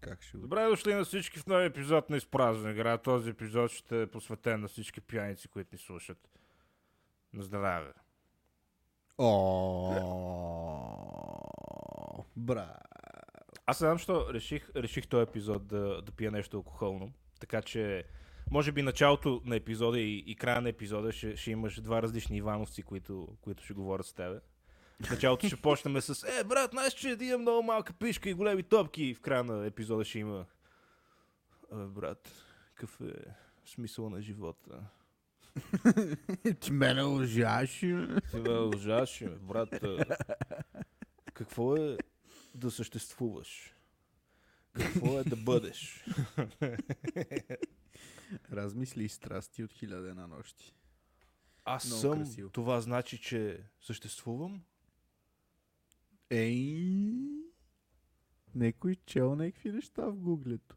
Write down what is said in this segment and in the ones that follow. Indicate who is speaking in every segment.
Speaker 1: как ще...
Speaker 2: Добре дошли на всички в нови епизод на Изпразвен град. Този епизод ще е посветен на всички пияници, които ни слушат. На здраве.
Speaker 1: О, бра.
Speaker 2: Аз не знам, що реших, реших този епизод да, да пия нещо алкохолно. Така че, може би началото на епизода и, и края на епизода ще, ще имаш два различни Ивановци, които, които ще говорят с тебе. В началото ще почнем с Е, брат, знаеш, че един има много малка пишка и големи топки. И в края на епизода ще има Абе, брат, какъв е смисъл на живота?
Speaker 1: Ти мене лъжаш.
Speaker 2: Тебе лъжаш, бе, брат. а, Какво е да съществуваш? Какво е да бъдеш?
Speaker 1: Размисли и страсти от хиляда една нощи.
Speaker 2: Аз
Speaker 1: Много
Speaker 2: съм,
Speaker 1: красиво.
Speaker 2: това значи, че съществувам?
Speaker 1: Ей, некой чел някакви неща в гуглето.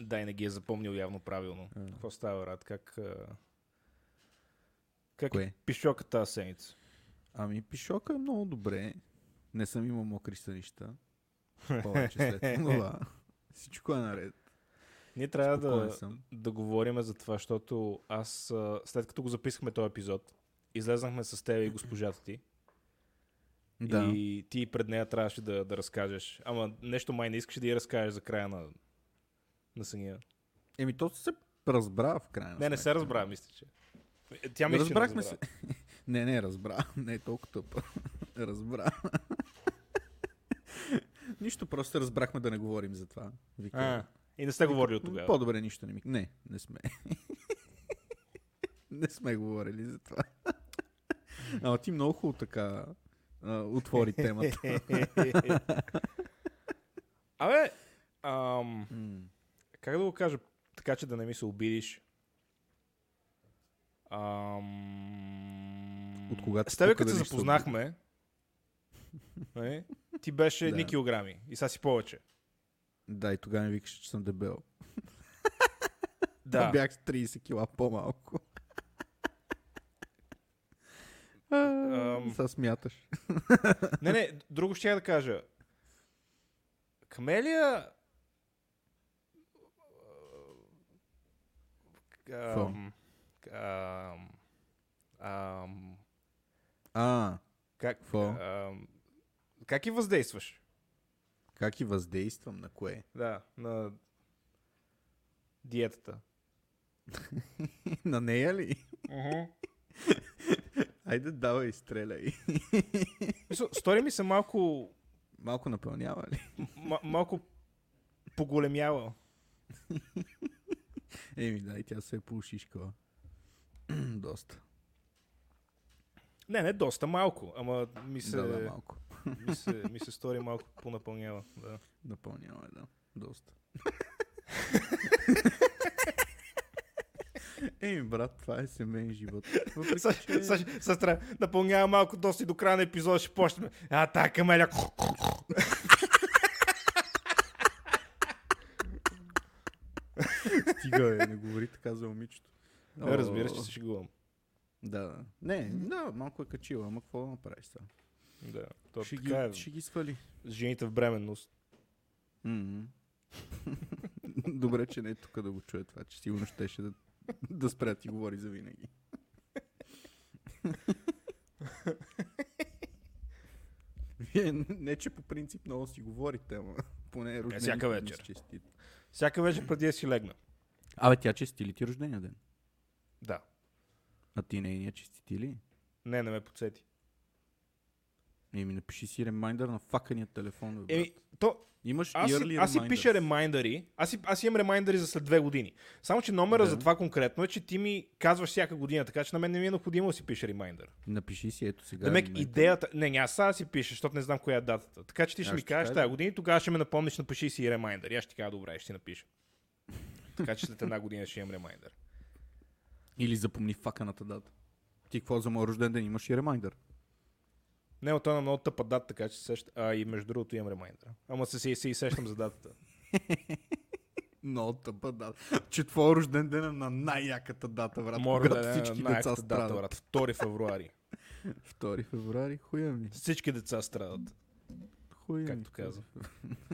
Speaker 2: Дай не ги е запомнил явно правилно.
Speaker 1: А.
Speaker 2: Какво става, Рад? Как, а, как е
Speaker 1: Кое?
Speaker 2: пишока тази седмица?
Speaker 1: Ами, пишока е много добре. Не съм имал мокри сънища. Повече след това. Всичко е наред.
Speaker 2: Ние трябва
Speaker 1: Спокоен
Speaker 2: да,
Speaker 1: съм.
Speaker 2: да говорим за това, защото аз, а, след като го записахме този епизод, излезнахме с теб и госпожата ти.
Speaker 1: Да.
Speaker 2: И ти пред нея трябваше да, да разкажеш. Ама нещо май не искаш да я разкажеш за края на, на съня.
Speaker 1: Еми, то се разбра в крайна
Speaker 2: Не, не се
Speaker 1: сметка.
Speaker 2: разбра, мисля, че. Е, Тя мисля, че не
Speaker 1: Разбрахме
Speaker 2: разбра.
Speaker 1: Не, не, разбра. Не е толкова тъпа. разбра. нищо, просто разбрахме да не говорим за това. Вика,
Speaker 2: А, и не сте говорили от
Speaker 1: «М,
Speaker 2: тогава.
Speaker 1: По-добре нищо не ми... Не, не сме. не сме говорили за това. Ама ти много хубаво така а, отвори темата.
Speaker 2: Абе, ам,
Speaker 1: М.
Speaker 2: как да го кажа, така че да не ми се обидиш. Ам...
Speaker 1: От кога
Speaker 2: С
Speaker 1: ти
Speaker 2: тебе
Speaker 1: пука
Speaker 2: като
Speaker 1: дали
Speaker 2: се
Speaker 1: ще се
Speaker 2: запознахме, нали, ти беше
Speaker 1: Да.
Speaker 2: едни килограми и сега си повече.
Speaker 1: да, и тогава ми викаше, че съм дебел.
Speaker 2: Да.
Speaker 1: А бях с 30 кила по-малко.
Speaker 2: Ам.
Speaker 1: Сега смяташ.
Speaker 2: Не, не, друго ще я да кажа. Камелия... Ам, ам, ам,
Speaker 1: А,
Speaker 2: как,
Speaker 1: Какво?
Speaker 2: ам, как и въздействаш?
Speaker 1: как и въздействам на кое?
Speaker 2: Да, на диетата.
Speaker 1: на нея ли?
Speaker 2: Uh-huh.
Speaker 1: Айде, давай, стреляй.
Speaker 2: Стори ми се малко,
Speaker 1: Малко напълнява ли?
Speaker 2: м- малко поголемяла.
Speaker 1: Еми, да, и тя се е полушишкала. Доста.
Speaker 2: Не, не доста, малко, ама ми се, е-
Speaker 1: Да, да, малко.
Speaker 2: ми се, ми се стори малко понапълнява. Да.
Speaker 1: Напълнява, да. Доста. Еми, брат, това е семейен живот. Въпреки, че-
Speaker 2: Нали, Сестра, напълнява малко доста и до края на епизода ще почнем. А, та камеля.
Speaker 1: Стига, е, не говори така за момичето.
Speaker 2: Не, разбира се, Е, че ще шегувам.
Speaker 1: Да, да. Не, да, малко е качила, ама какво да направиш сега?
Speaker 2: Да, то
Speaker 1: Ще ги,
Speaker 2: така е.
Speaker 1: ще ги свали.
Speaker 2: С жените в бременност.
Speaker 1: Мгм. Добре, че не е тук да го чуе това, че сигурно щеше да, да спре да ти говори за винаги. Вие, не, че по принцип много си говорите, ама поне е рождение.
Speaker 2: всяка вечер. Всяка вечер преди да си легна.
Speaker 1: Абе, тя чести ли ти рождения ден?
Speaker 2: Да.
Speaker 1: А ти нейния честити ли?
Speaker 2: Не, не ме подсети.
Speaker 1: Еми, напиши си ремайндър на факания телефон. Бе, брат.
Speaker 2: Еми, то,
Speaker 1: Имаш
Speaker 2: аз, си,
Speaker 1: early
Speaker 2: аз си
Speaker 1: reminders.
Speaker 2: пиша ремайндъри. Аз, си- аз имам ремайндъри за след две години. Само, че номера
Speaker 1: Да.
Speaker 2: за това конкретно е, че ти ми казваш всяка година, така че на мен не ми е необходимо да си пиша ремайндър.
Speaker 1: Напиши си ето сега.
Speaker 2: Да, да
Speaker 1: ремайндър.
Speaker 2: идеята... Не, не, аз сега да си пиша, защото не знам коя е датата. Така че ти ще
Speaker 1: Аз
Speaker 2: ми
Speaker 1: ще
Speaker 2: кажеш
Speaker 1: кажа.
Speaker 2: тази година и тогава ще ме напомниш, напиши си и ремайндър. И аз ще ти кажа, добре, ще ти напиша. Така че след една година ще имам ремайндър.
Speaker 1: Или запомни факаната дата. Ти какво за моят рожден ден имаш и ремайндър.
Speaker 2: Не, от това на много тъпа дата, така че се сеща... А, и между другото имам ремайндър. Ама се, се, се и сещам за датата.
Speaker 1: Много тъпа дата. Че твой рожден ден е на най-яката дата, брат.
Speaker 2: Мора
Speaker 1: когато
Speaker 2: да е
Speaker 1: всички
Speaker 2: най-яката
Speaker 1: деца
Speaker 2: дата,
Speaker 1: страдат.
Speaker 2: брат. 2 февруари.
Speaker 1: 2 феврари, хуя ми.
Speaker 2: Всички деца страдат.
Speaker 1: Хуй
Speaker 2: Както каза.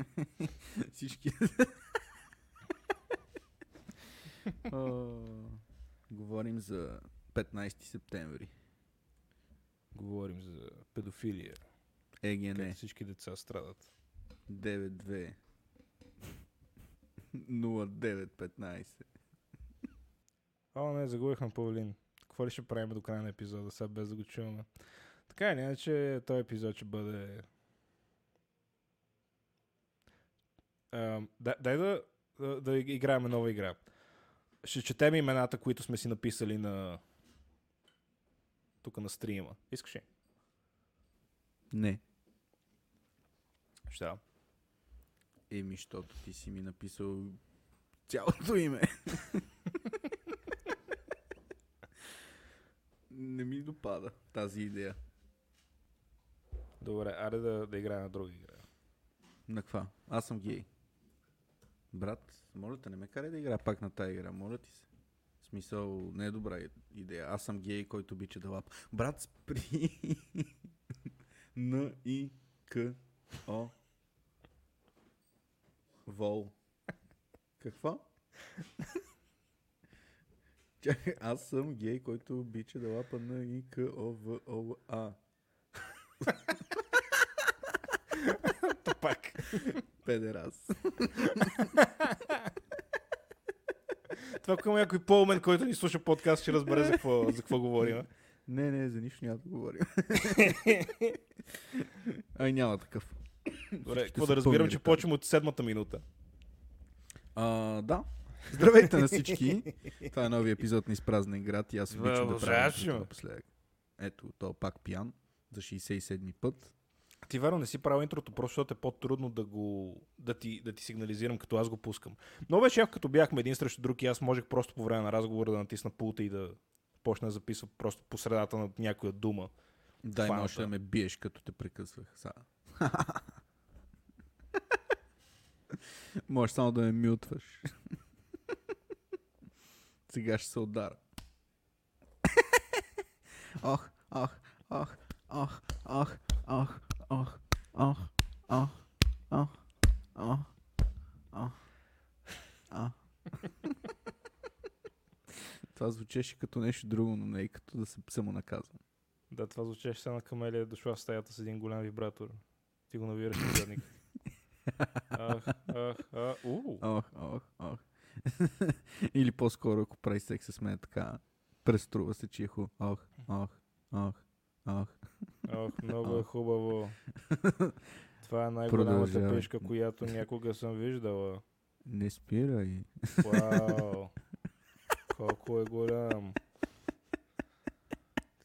Speaker 1: Всички. О, Говорим за 15 септември.
Speaker 2: Говорим за педофилия.
Speaker 1: ЕГН
Speaker 2: Как всички деца страдат.
Speaker 1: 92 0915.
Speaker 2: О, не, загубихме Павлин. Какво ли ще правим до края на епизода, сега без да го чуваме? Така или иначе, този епизод ще бъде... А, да, дай да, да, да играем нова игра. Ще четем имената, които сме си написали на... Тук на стрима. Искаш ли?
Speaker 1: Не.
Speaker 2: Ще дам.
Speaker 1: Еми, защото ти си ми написал цялото име. Не ми допада тази идея.
Speaker 2: Добре, аре да, да играем на друга игра.
Speaker 1: На каква? Аз съм гей. Брат, моля те, не ме карай да игра пак на тая игра, моля ти се. В смисъл, не е добра и- идея. Аз съм гей, който обича да лап. Брат, спри. Н, И, К, О. Вол. Какво? Чакай, аз съм гей, който обича да лапа на И, К, О, В, О, Л, А.
Speaker 2: Та пак.
Speaker 1: Педерас.
Speaker 2: Това ако има някой по-умен, който ни слуша подкаст, ще разбере за какво, за какво говорим.
Speaker 1: Не, не, за нищо няма да говорим. Ай, няма такъв.
Speaker 2: Добре,
Speaker 1: Всички
Speaker 2: какво
Speaker 1: са
Speaker 2: да разбирам,
Speaker 1: пълни
Speaker 2: че
Speaker 1: ретарди.
Speaker 2: почвам от седмата минута.
Speaker 1: А, да. Здравейте на всички. Това е нови епизод на Изпразнен град и аз обичам да правя
Speaker 2: Въжаш,
Speaker 1: интрото
Speaker 2: бе.
Speaker 1: напоследък. Ето, то е пак пиян за 67-ми път.
Speaker 2: Ти верно не си правил интрото, просто защото е по-трудно да, го, да, ти, да ти сигнализирам, като аз го пускам. Но беше яко, като бяхме един срещу друг и аз можех просто по време на разговора да натисна пулта и да почна да записвам просто по средата на някоя дума.
Speaker 1: Дай
Speaker 2: Фаната.
Speaker 1: можеш да ме биеш, като те прекъсвах. Сега. Може само да ме мютваш. Сега ще се удара. Ох, ох, ох, ох, ох, ох, ох, ох, ох, ох, ох, ох, ох. Това звучеше като нещо друго, но не и като да се самонаказвам.
Speaker 2: Да, това звучеше сега на камелия, е дошла в стаята с един голям вибратор. Ти го навираш на задник. Ах, ах, а, уу.
Speaker 1: Ох, ох, ох. Или по-скоро, ако прави секс с мен така, преструва се, че е хубаво. Ох, ох, ох, ох.
Speaker 2: Ох, много е
Speaker 1: Ох.
Speaker 2: хубаво. Това е най-голямата
Speaker 1: Продължавай.
Speaker 2: пешка, която някога съм виждала.
Speaker 1: Не спирай.
Speaker 2: Вау! Колко е голям!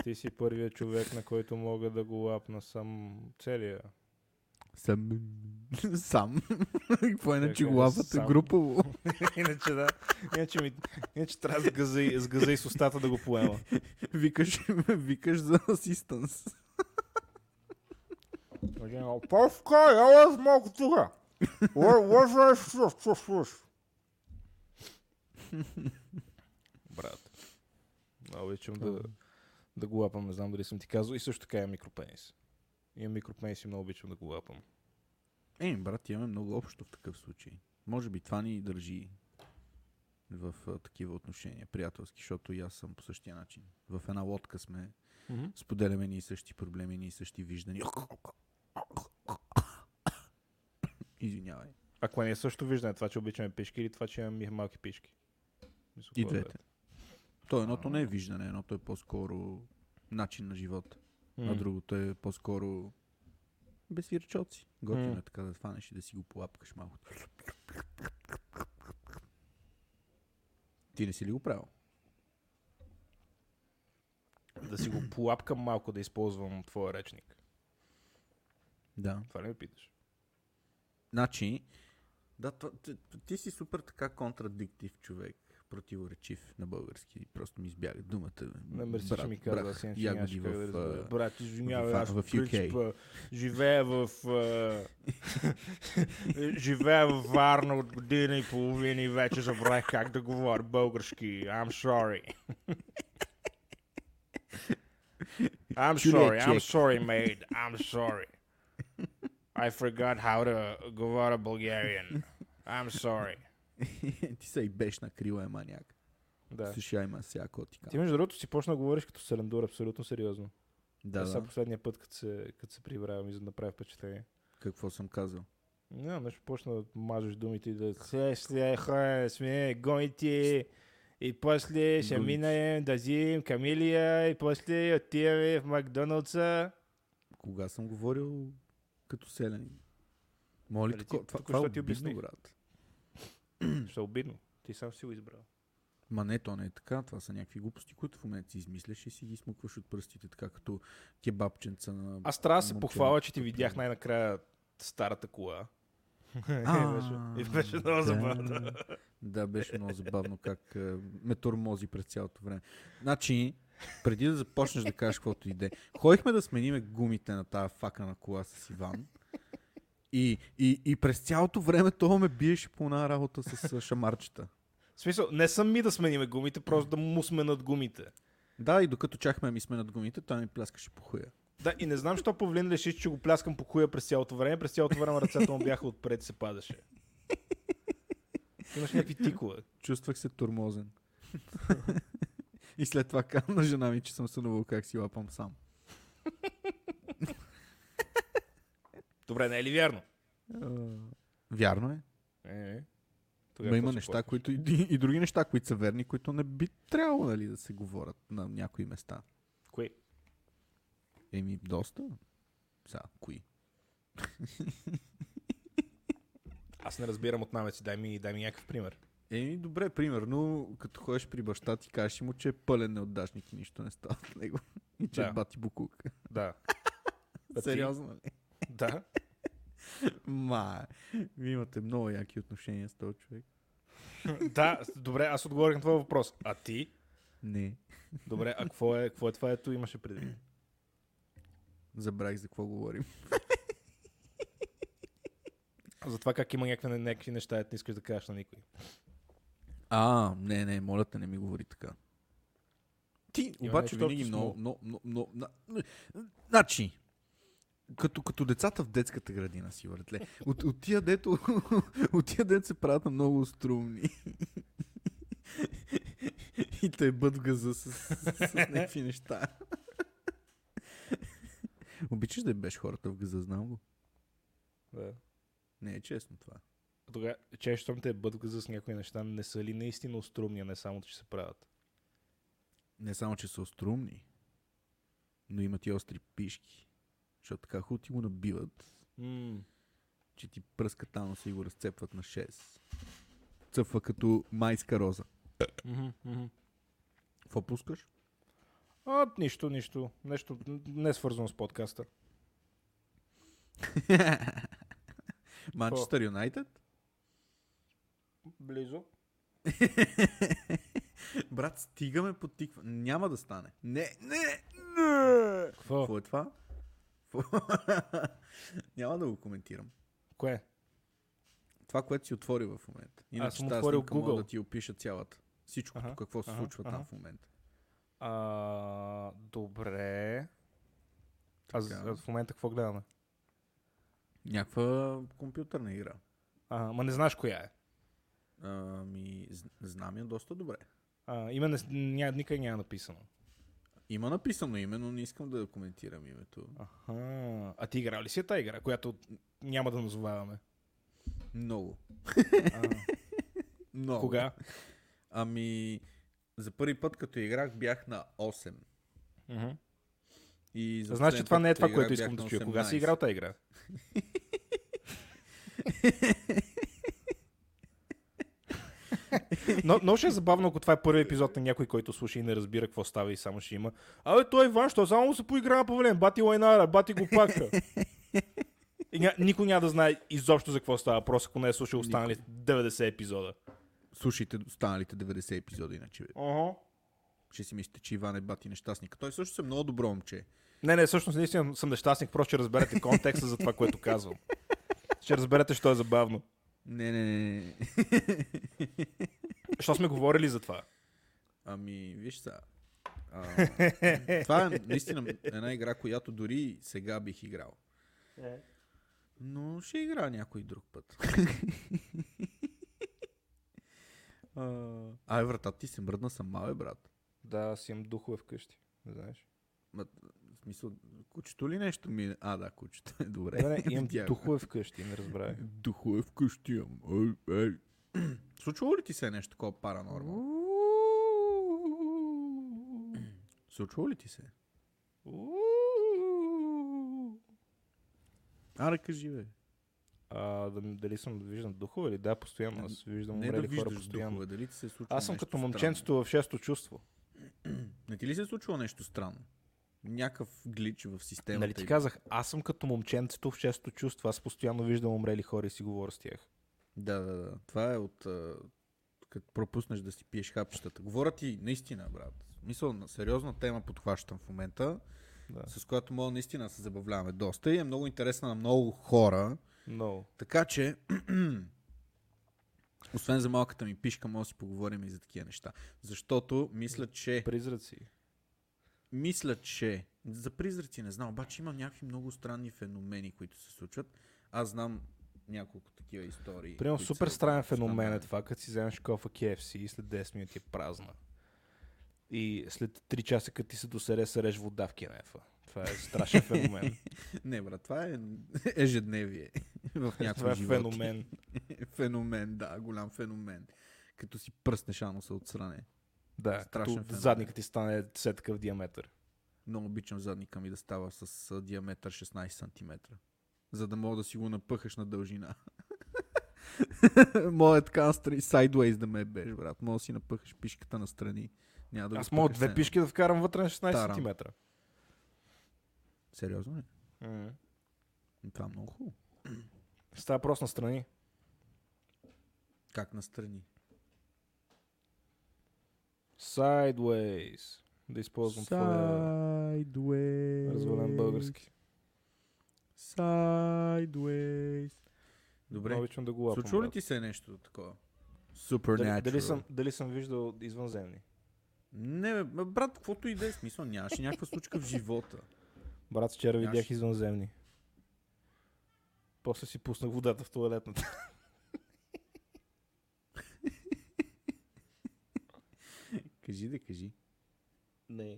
Speaker 2: Ти си първият човек, на който мога да го лапна сам целия.
Speaker 1: Сам. Сам. Какво е на
Speaker 2: Чакай,
Speaker 1: чиголапата
Speaker 2: сам.
Speaker 1: групово?
Speaker 2: иначе да, иначе, ми, иначе трябва с газа, и, с газа и с устата да го поема.
Speaker 1: Викаш, викаш за асистанс.
Speaker 2: Повка, ела с малко тука! Лъжа Брат, много обичам да, да го лапам, не знам дали съм ти казал. И също така имам микропенис. Имам микропенис и много обичам да го лапам.
Speaker 1: Е, брат, имаме много общо в такъв случай. Може би това ни държи в а, такива отношения, приятелски, защото и аз съм по същия начин. В една лодка сме,
Speaker 2: Mm-hmm.
Speaker 1: споделяме ни и същи проблеми, ни и същи виждания. Извинявай.
Speaker 2: А кое ни е също виждане, това, че обичаме пишки или това, че имаме малки пишки? Мисля,
Speaker 1: И
Speaker 2: кое е
Speaker 1: двете. То едното не е виждане, едното е по-скоро начин на живот,
Speaker 2: двете?
Speaker 1: а другото е по-скоро безвирчоци. Готино
Speaker 2: М.
Speaker 1: е така да хванеш и да си го полапкаш малко. Ти не си ли го правил?
Speaker 2: Да си го полапкам малко, да използвам твоя речник.
Speaker 1: Да.
Speaker 2: Това ли ме питаш?
Speaker 1: Значи, да, това, ти, ти си супер така контрадиктив човек, противоречив на български. Просто ми избяга думата.
Speaker 2: Не мерси, че
Speaker 1: Брат,
Speaker 2: ми каза,
Speaker 1: брат,
Speaker 2: аз иначе нямаше
Speaker 1: ягоди
Speaker 2: как да
Speaker 1: в...
Speaker 2: разбера.
Speaker 1: а,
Speaker 2: Брат, извинявай,
Speaker 1: в-
Speaker 2: аз
Speaker 1: в UK.
Speaker 2: в принцип а, живея в... а, живея в Варна от година и половина и вече забравих как да говоря български. I'm sorry. I'm
Speaker 1: Чулия
Speaker 2: sorry, I'm
Speaker 1: чек.
Speaker 2: sorry, mate. I'm sorry. I forgot how to говоря Bulgarian. I'm sorry.
Speaker 1: ти се и беш на крила е маняк. Да.
Speaker 2: Да.
Speaker 1: Слушай, има всяко ти
Speaker 2: Ти
Speaker 1: казвам.
Speaker 2: между другото си почна да говориш като селендур, абсолютно сериозно. Е,
Speaker 1: Да,
Speaker 2: Сега
Speaker 1: да.
Speaker 2: последния път, като се, като се прибравя, ми за да направи впечатление.
Speaker 1: Какво съм казал?
Speaker 2: Не, знам, нещо почна да мажеш думите и да... Се, сле, хе, сме, гоните. И после ще
Speaker 1: Гоните.
Speaker 2: минаем да взимем камилия и после отиваме в Макдоналдса.
Speaker 1: Кога съм говорил като селянин? Моля,
Speaker 2: Али Нали, ти-
Speaker 1: това, това,
Speaker 2: току-що
Speaker 1: това е
Speaker 2: ти
Speaker 1: обидно,
Speaker 2: обясних.
Speaker 1: брат.
Speaker 2: Ще е обидно. Ти сам си го избрал.
Speaker 1: Ма не, то не е така. Това са някакви глупости, които в момента си измисляш и си ги смукваш от пръстите, така като кебабченца на...
Speaker 2: Аз трябва да се
Speaker 1: Момче.
Speaker 2: похваля, че ти видях най-накрая старата кола.
Speaker 1: А,
Speaker 2: и беше- и беше много забавно.
Speaker 1: Да, да, беше много забавно как а, ме тормози през цялото време. Значи, преди да започнеш да кажеш каквото иде, ходихме да смениме гумите на тази фака на кола с Иван. И, и, и през цялото време това ме биеше по една работа с а, шамарчета.
Speaker 2: В смисъл, не сами да смениме гумите, просто да му сменят гумите.
Speaker 1: Да, и докато чакаме ми сме над гумите, той ми пляскаше по хуя.
Speaker 2: Да, и не знам, що Павлин реши, че го пляскам по хуя през цялото време. През цялото време ръцете му бяха отпред и се падаше. Имаш някакви тикове.
Speaker 1: Чувствах се турмозен. и след това казвам на жена ми, че съм сънувал как си лапам сам.
Speaker 2: Добре, не е ли вярно?
Speaker 1: А, Вярно е.
Speaker 2: Е,
Speaker 1: Ма има неща, които и, и други неща, които са верни, които не би трябвало нали, да се говорят на някои места.
Speaker 2: Кои?
Speaker 1: Еми, доста. Сега, кои?
Speaker 2: Аз не разбирам от намеци. Дай ми, дай ми някакъв пример.
Speaker 1: Еми, добре, примерно, като ходиш при баща ти, кажеш му, че е пълен неотдашник и нищо не става от него. И че
Speaker 2: Да.
Speaker 1: да. бати букук.
Speaker 2: Да. А ти?
Speaker 1: Сериозно ли?
Speaker 2: Да.
Speaker 1: Ма, вие имате много яки отношения с този човек.
Speaker 2: да, добре, аз отговорих на твоя въпрос. А ти?
Speaker 1: Не.
Speaker 2: Добре, а какво е, какво е това, ето имаше предвид?
Speaker 1: Забравих за какво говорим.
Speaker 2: За това как има някакви, някакви неща, ето не искаш да кажеш на никой.
Speaker 1: А, не, не, моля те, не ми говори така. Ти
Speaker 2: Има
Speaker 1: обаче
Speaker 2: нещо
Speaker 1: винаги
Speaker 2: общо с
Speaker 1: много, много, много, много, на- Значи, като, като децата в детската градина си, братле. От, от тия дето, от тия дето се правят на много струмни. И те бът в газа с, с, с някакви неща. Обичаш да беше хората в газа, знам го.
Speaker 2: Да.
Speaker 1: Не е честно това.
Speaker 2: Тогава, често щом те е бъдка с някои неща, не са ли наистина острумни, а не само, че се правят?
Speaker 1: Не само, че са острумни, но имат и остри пишки. Защото така хубаво ти го набиват,
Speaker 2: Mm.
Speaker 1: че ти пръскат аноса и го разцепват на 6. Цъфва като майска роза. Какво пускаш?
Speaker 2: А, нищо, нищо. Нещо н- не е свързано с подкаста.
Speaker 1: Манчестър Юнайтед?
Speaker 2: Близо.
Speaker 1: Брат, стигаме под тиква. Няма да стане. Не, не, не!
Speaker 2: Какво?
Speaker 1: Какво е това? Какво- Няма да го коментирам.
Speaker 2: Кое?
Speaker 1: Това, което си отвори в момента. Иначе
Speaker 2: съм
Speaker 1: тази
Speaker 2: отворил
Speaker 1: снимка мога
Speaker 2: Google.
Speaker 1: да ти опиша цялата. Всичко,
Speaker 2: Аха,
Speaker 1: какво се
Speaker 2: аха,
Speaker 1: случва
Speaker 2: аха.
Speaker 1: там в момента.
Speaker 2: А, добре. А за-
Speaker 1: Така.
Speaker 2: а в момента какво гледаме?
Speaker 1: Някаква компютърна игра.
Speaker 2: А, ма не знаеш коя е.
Speaker 1: Ами, з- знам я доста добре.
Speaker 2: А, име не, с- ня, никъде няма написано.
Speaker 1: Има написано име, но не искам да коментирам името.
Speaker 2: Аха. А ти играл ли си я тая игра, която няма да назоваваме?
Speaker 1: Много.
Speaker 2: А,
Speaker 1: Много.
Speaker 2: кога?
Speaker 1: Ами, за първи път като играх бях на 8.
Speaker 2: Мгм.
Speaker 1: И за
Speaker 2: Значи
Speaker 1: последен
Speaker 2: това
Speaker 1: път,
Speaker 2: не е
Speaker 1: като
Speaker 2: това,
Speaker 1: играх,
Speaker 2: което
Speaker 1: бях
Speaker 2: искам
Speaker 1: на
Speaker 2: да чуя. Кога си
Speaker 1: 18.
Speaker 2: играл тази игра? Но, но ще е забавно, ако това е първи епизод на някой, който слуша и не разбира какво става и само ще има. Абе, той е Иван, що само му се поигра на павлен, бати лайнара, бати го пак. И ня, никой няма да знае изобщо за какво става въпрос, ако не е слушал останалите 90 епизода.
Speaker 1: Слушайте останалите 90 епизода, иначе
Speaker 2: Ага.
Speaker 1: ще си мислите, че Иван е бати нещастник. Той също е много добро момче.
Speaker 2: Не, не, всъщност наистина съм нещастник, просто ще разберете контекста за това, което казвам. Ще разберете, що е забавно.
Speaker 1: Не, не, не, не.
Speaker 2: Що сме говорили за това?
Speaker 1: Ами, виж сега. А, това е наистина една игра, която дори сега бих играл. Но ще игра някой друг път. А, Ай, врата, ти си мръдна сама, бе, брат.
Speaker 2: Да, аз имам духове вкъщи. Не знаеш.
Speaker 1: Ма, в смисъл, кучето ли нещо ми... А, да, кучето. е, Добре.
Speaker 2: Да, не, имам
Speaker 1: Видях.
Speaker 2: духове вкъщи, не разбравя.
Speaker 1: Духове вкъщи имам. Ей, ей. Случвало ли ти се е нещо такова паранормално? Случвало ли ти се? е? Аре, кажи, бе.
Speaker 2: А, да, ми- дали съм виждам духове или да, постоянно. Аз виждам
Speaker 1: Не да
Speaker 2: умрели хора
Speaker 1: виждаш
Speaker 2: постоянно.
Speaker 1: духове, дали ти се случва
Speaker 2: Аз съм
Speaker 1: нещо
Speaker 2: като момченцето в шесто чувство.
Speaker 1: странно? Не ти ли се е случило нещо странно? Някакъв глич в системата.
Speaker 2: Нали ти
Speaker 1: или-
Speaker 2: казах, аз съм като момченцето в шесто чувство. Аз постоянно виждам умрели хора и си говоря с тях.
Speaker 1: Да, да, да. Това е от... а, Като пропуснеш да си пиеш хапчетата. Говоря ти наистина, брат. Мисъл, на сериозна тема подхващам в момента,
Speaker 2: Да.
Speaker 1: с която мога наистина да се забавляваме доста и е много интересна на много хора.
Speaker 2: Много.
Speaker 1: Така че, освен за малката ми пишка, може да си поговорим и за такива неща. Защото мисля, че...
Speaker 2: Призраци.
Speaker 1: Мисля, че... За призраци не знам, обаче има някакви много странни феномени, които се случват. Аз знам няколко такива истории.
Speaker 2: Примерно
Speaker 1: които
Speaker 2: супер
Speaker 1: са
Speaker 2: странен феномен е
Speaker 1: скандални.
Speaker 2: това, като си вземеш кофа KFC и след 10 минути е празна. И след 3 часа, като ти се досере, среш вода в кенефа. Това е страшен феномен.
Speaker 1: Не, брат, това е ежедневие в
Speaker 2: това
Speaker 1: някои
Speaker 2: е
Speaker 1: животи.
Speaker 2: феномен.
Speaker 1: феномен, да, голям феномен. Като си пръснеш ануса отстране.
Speaker 2: Да,
Speaker 1: Страшен
Speaker 2: като
Speaker 1: феномен.
Speaker 2: задникът ти стане все такъв диаметър.
Speaker 1: Много обичам задника ми да става с а, диаметър 16 см. За да мога да си го напъхаш на дължина. Моя така настрани, sideways да ме беш, брат. Мога да си напъхаш пишката настрани. Няма да го
Speaker 2: Аз мога
Speaker 1: пъхаш
Speaker 2: две
Speaker 1: сено.
Speaker 2: пишки да вкарам вътре на 16
Speaker 1: Тарам.
Speaker 2: см.
Speaker 1: Сериозно ли? Това е много хубаво.
Speaker 2: Става просто настрани.
Speaker 1: Как настрани?
Speaker 2: Sideways. Да използвам твоя
Speaker 1: Sideways.
Speaker 2: развален български.
Speaker 1: Sideways.
Speaker 2: Много
Speaker 1: Добре.
Speaker 2: Обичам да го лапам.
Speaker 1: Случва ли
Speaker 2: брат.
Speaker 1: ти се нещо такова? Supernatural.
Speaker 2: Дали, дали, съм, дали съм виждал извънземни?
Speaker 1: Не, бе, брат, каквото и да е смисъл, нямаше някаква случка в живота.
Speaker 2: Брат, вчера
Speaker 1: Нямаш.
Speaker 2: видях извънземни. После си пуснах водата в туалетната.
Speaker 1: Кажи да кажи.
Speaker 2: Не.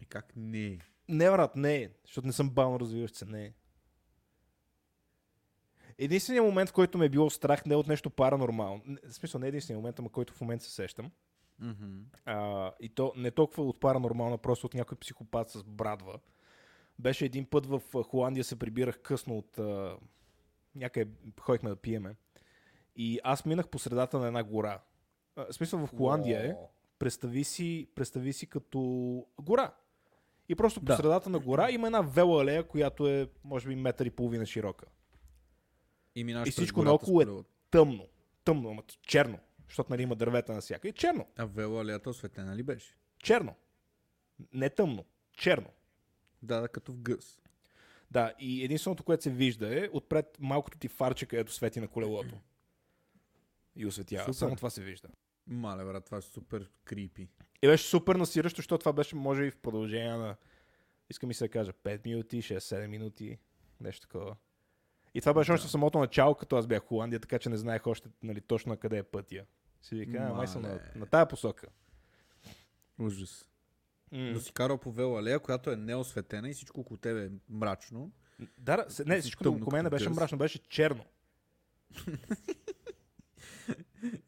Speaker 1: Е, как не?
Speaker 2: Не, брат, не. Защото не съм бавно развиващ се, не. Единственият момент, в който ме е било страх, не е от нещо паранормално. Не- В смисъл, не е единственият момент, ама който в момента се сещам.
Speaker 1: mm
Speaker 2: А, и то не толкова от паранормално, а просто от някой психопат с брадва. Беше един път в а, Холандия, се прибирах късно от... А, някъде ходихме да пиеме. И аз минах по средата на една гора. А, в смисъл, в Холандия е. Представи си, представи си като гора. И просто по
Speaker 1: Да.
Speaker 2: средата на гора има една вела алея, която е, може би, метър и половина широка.
Speaker 1: И, минаш
Speaker 2: И
Speaker 1: през
Speaker 2: всичко
Speaker 1: гората с
Speaker 2: наоколо е-
Speaker 1: превод.
Speaker 2: Тъмно. Тъмно, ама черно. Защото нали има дървета навсякъде. И Черно.
Speaker 1: А Вела алеята осветена ли беше?
Speaker 2: Черно. Не тъмно. Черно.
Speaker 1: Да, да, като в гъс.
Speaker 2: Да, и единственото, което се вижда е отпред малкото ти фарче, където свети на колелото. И осветява.
Speaker 1: Супер.
Speaker 2: Само това се вижда.
Speaker 1: Мале, брат, това е супер крипи.
Speaker 2: И беше супер насиращо, защото това беше, може и в продължение на, искам ми се да кажа, 5 минути, 6-7 минути, нещо такова. И това беше още в самото начало, като аз бях в Холандия, така че не знаех още нали, точно на къде е пътя. Си вика, а, май съм на,
Speaker 1: Мале.
Speaker 2: на тая посока.
Speaker 1: Ужас.
Speaker 2: М.
Speaker 1: Но си карал по Вела алея, която е неосветена и всичко около тебе е мрачно.
Speaker 2: Да, да, се- не, всичко
Speaker 1: Тъмно
Speaker 2: около мен не
Speaker 1: като
Speaker 2: беше
Speaker 1: гъс.
Speaker 2: мрачно, беше черно.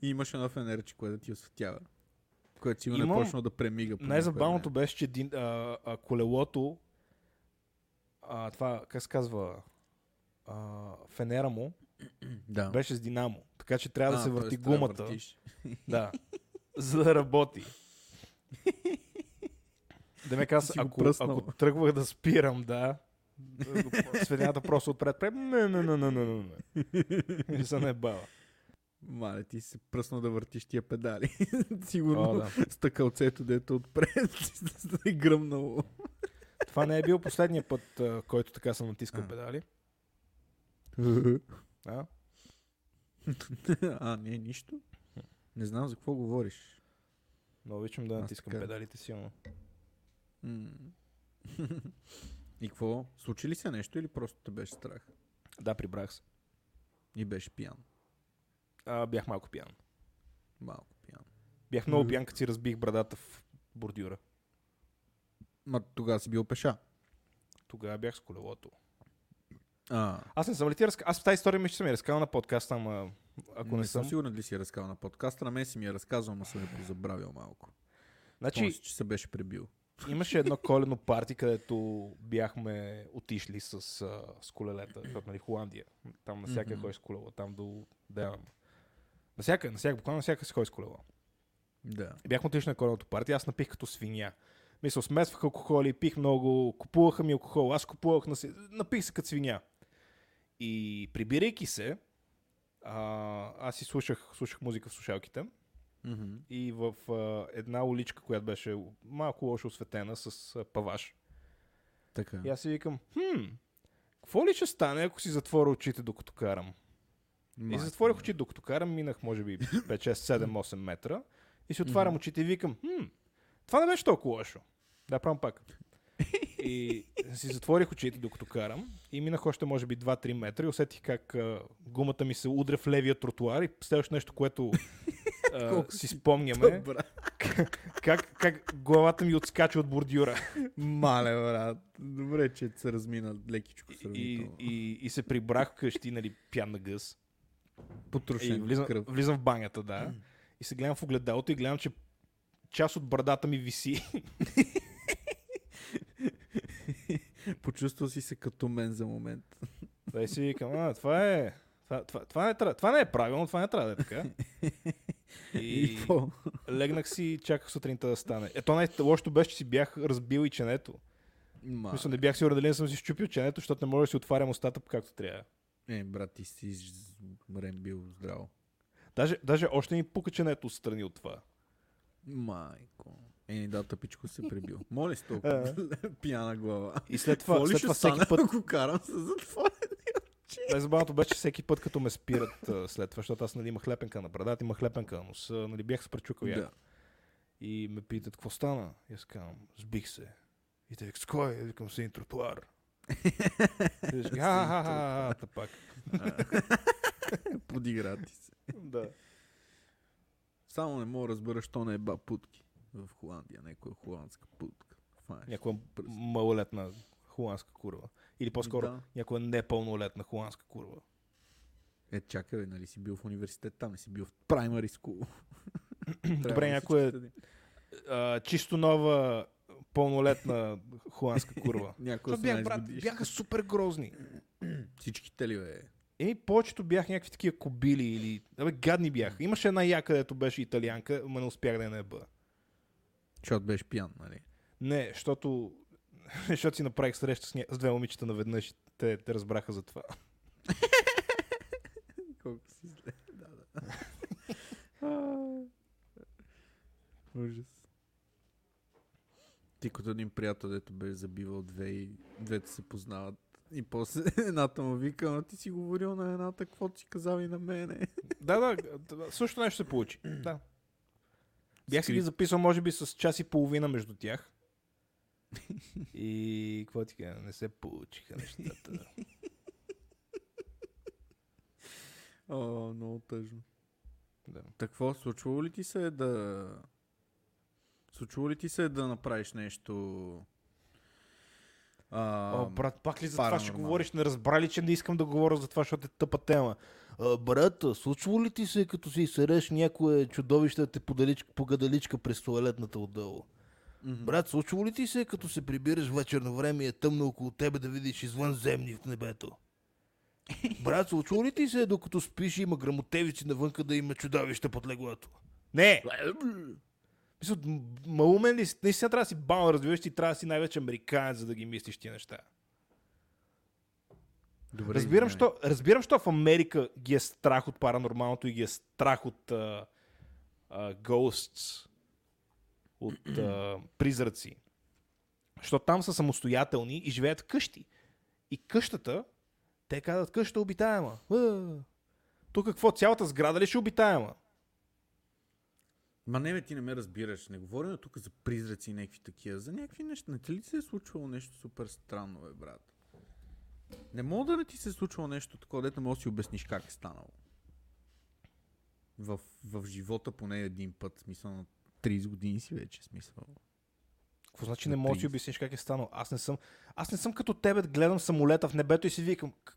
Speaker 1: И имаш едно фенерче, което ти осветява. Което си има
Speaker 2: Имам-
Speaker 1: почнал да премига. по
Speaker 2: Най-забавното
Speaker 1: някое
Speaker 2: беше, че един, а, а, колелото, а, това, как се казва, а, фенера му,
Speaker 1: време. Да.
Speaker 2: беше с динамо. Така че трябва да
Speaker 1: А,
Speaker 2: се
Speaker 1: т.е.
Speaker 2: върти
Speaker 1: трябва да
Speaker 2: гумата.
Speaker 1: въртиш.
Speaker 2: Да. За да работи. Да ме
Speaker 1: Ти
Speaker 2: каза,
Speaker 1: си го
Speaker 2: ако,
Speaker 1: пръснал.
Speaker 2: ако тръгвах да спирам, да, да го- светлината просто отпред. пре- Не, не, не, не, не, не, не. Не е се наебава.
Speaker 1: Мале, ти си се пръснал да въртиш тия педали. Сигурно
Speaker 2: О, да.
Speaker 1: стъкълцето, дето отпред, да е гръмнало.
Speaker 2: Това не е бил последния път, а, който така съм натискал
Speaker 1: А.
Speaker 2: педали. А?
Speaker 1: а, не, е нищо. Не знам за какво говориш.
Speaker 2: Но обичам да
Speaker 1: Аз
Speaker 2: натискам
Speaker 1: така.
Speaker 2: педалите силно.
Speaker 1: М. И какво? Случи ли се нещо или просто те беше страх?
Speaker 2: Да, прибрах се.
Speaker 1: И беше пиян.
Speaker 2: А, бях малко пиян.
Speaker 1: Малко пиян.
Speaker 2: Бях много пиян, като си разбих брадата в бордюра.
Speaker 1: Ма тогава си бил пеша.
Speaker 2: Тогава бях с колелото.
Speaker 1: А,
Speaker 2: Аз не съм ли ти разка... Аз в тази история ми ще съм я разказал на подкаста, ама ако не,
Speaker 1: не
Speaker 2: съм...
Speaker 1: съм сигурен дали си я разказал на подкаста, на мен си ми я разказвал, но съм я позабравил малко. Значи...
Speaker 2: Значи,
Speaker 1: Си, че се беше пребил.
Speaker 2: имаше едно коледно парти, където бяхме отишли с, а, с колелета, защото нали, Холандия. Там на всяка
Speaker 1: Мгм.
Speaker 2: ходи с колело, там до... Да, на всяка, на всяка, буквално на всяка се ходи с колело.
Speaker 1: Да.
Speaker 2: И Бяхме отишли на коледното парти, аз напих като свиня. Мисля, смесвах алкохоли, пих много, купуваха ми алкохол, аз купувах, на... си- напих се като свиня. И прибирайки се, а, аз си слушах, слушах музика в слушалките
Speaker 1: Мгм.
Speaker 2: и в а, една уличка, която беше малко лошо осветена с а, паваш.
Speaker 1: Така.
Speaker 2: И аз си викам, хм, какво ли ще стане, ако си затворя очите докато карам? И
Speaker 1: Майко
Speaker 2: си затворих
Speaker 1: ми.
Speaker 2: очите докато карам, минах може би 5, 6, 7, 8 метра и си отварям очите и викам, хм, това не беше толкова лошо. Да, правим пак. И си затворих очите докато карам и минах още може би 2-3 метра и усетих как а, гумата ми се удря в левия тротуар и следващото нещо, което а,
Speaker 1: Колко
Speaker 2: си
Speaker 1: си
Speaker 2: спомняме,
Speaker 1: Добра.
Speaker 2: как, как главата ми отскача от бордюра.
Speaker 1: Мале, брат. Добре, че се размина лекичко
Speaker 2: И,
Speaker 1: сравнително. И,
Speaker 2: и, и се прибрах вкъщи, нали, пиян на гъс. И
Speaker 1: Потрошен
Speaker 2: влизам,
Speaker 1: кръв.
Speaker 2: влизам в банята, да. И се гледам в огледалото и гледам, че част от брадата ми виси.
Speaker 1: Почувствал си се като мен за момент.
Speaker 2: Да и си викам, а, това е... Това, това, това, не, трябва- това не е правилно, това не трябва да е така.
Speaker 1: И
Speaker 2: И
Speaker 1: какво?
Speaker 2: легнах си и чаках сутринта да стане. Ето най-лошото беше, че си бях разбил и ченето.
Speaker 1: Ма.
Speaker 2: Мисля, не бях сигурен дали не съм си щупил ченето, защото не може да си отварям устата както трябва.
Speaker 1: Е, брат, ти си з- рембил здраво.
Speaker 2: Даже, даже още ми пука ченето отстрани от това.
Speaker 1: Майко. Е, да, тъпичко се прибил. Моля си
Speaker 2: А.
Speaker 1: толкова пияна глава.
Speaker 2: И след
Speaker 1: Какво
Speaker 2: Е. това,
Speaker 1: ли
Speaker 2: след
Speaker 1: ще
Speaker 2: това всеки
Speaker 1: стане,
Speaker 2: път
Speaker 1: ако карам се затворен?
Speaker 2: Най-забавното беше, че всеки път, като ме спират а, след това, защото аз нали, имах лепенка на брадата, имах лепенка на носа, нали, бях се пречукал да.
Speaker 1: Да.
Speaker 2: И ме питат, какво стана? И аз казвам, сбих се. И те викат, с кой? И викам, с един тротуар. И аз викам, «Ха, ха, ха, ха, ха», та пак.
Speaker 1: Подигра ти се.
Speaker 2: Да.
Speaker 1: Само не мога да разбера, що не е ба путки в Холандия. Някоя холандска путка. е. Фанеш.
Speaker 2: Някоя малолетна холандска курва. Или по-скоро
Speaker 1: Да.
Speaker 2: някоя непълнолетна холандска курва.
Speaker 1: Е, чакай, бе, нали си бил в университет, там не си бил в primary school.
Speaker 2: Добре, някоя
Speaker 1: е...
Speaker 2: а, чисто нова пълнолетна холандска курва.
Speaker 1: Някоя
Speaker 2: Защото
Speaker 1: 18
Speaker 2: бях,
Speaker 1: бях,
Speaker 2: брат, бяха супер грозни.
Speaker 1: Всичките ли, бе?
Speaker 2: Еми, Е, повечето бях някакви такива кобили или... Абе, гадни бях. Имаше една яка, където беше италианка, ма не успях да я наеба.
Speaker 1: Защото беше пиян, нали?
Speaker 2: Не, защото... защото си направих среща с, ня... с две момичета наведнъж и те, те разбраха за това.
Speaker 1: Колко си зле. Да, да. Ужас. Ти като един приятел, дето бе забивал две и двете се познават. И после едната му вика, «Ама ти си говорил на едната, какво си казал и на мене.
Speaker 2: да, да, т- също нещо се получи. да. Бях си ги
Speaker 1: Скрит.
Speaker 2: записал, може би, с час и половина между тях. И какво ти кажа, не се получиха нещата.
Speaker 1: О, много тъжно.
Speaker 2: да.
Speaker 1: Такво, случвало ли ти се е да... Случвало ли ти се е да направиш нещо... А,
Speaker 2: О, брат, пак ли за това ще
Speaker 1: паранормално.
Speaker 2: говориш? Не разбрали, че не искам да говоря за това, защото е тъпа тема.
Speaker 3: А, брат, случва ли ти се, като си сереш някое чудовище да те подалич, погадаличка през туалетната отдолу?
Speaker 1: мгм.
Speaker 3: Брат, случва ли ти се, като се прибираш вечерно време и е тъмно около тебе да видиш извънземни в небето? Брат, случва ли ти се, докато спиш и има грамотевици навънка да има чудовище под леглото?
Speaker 2: Не! Мисля, м- малумен ли си? Наистина трябва да си бавно развиваш и трябва да си най-вече американец, за да ги мислиш тия неща.
Speaker 1: Добре,
Speaker 2: Разбирам,
Speaker 1: извинявай.
Speaker 2: що, разбирам, що в Америка ги е страх от паранормалното и ги е страх от а, а, ghosts, от а, призраци. Що там са самостоятелни и живеят в къщи. И къщата, те казват, къща е обитаема. Тук какво, цялата сграда ли ще е обитаема?
Speaker 1: Ма не, бе, ти не ме разбираш. Не говорим тук за призраци и някакви такива. За някакви неща. Не ти ли се е случвало нещо супер странно, бе, брат? Не мога да не ти се е случвало нещо такова, дето не можеш да си обясниш как е станало. В, в живота поне един път, смисъл на 30 години си вече, смисъл.
Speaker 2: Какво значи
Speaker 1: На
Speaker 2: не можеш да си
Speaker 1: 30.
Speaker 2: обясниш как е станало? Аз не съм, аз не съм като тебе, гледам самолета в небето и си викам. «К- к-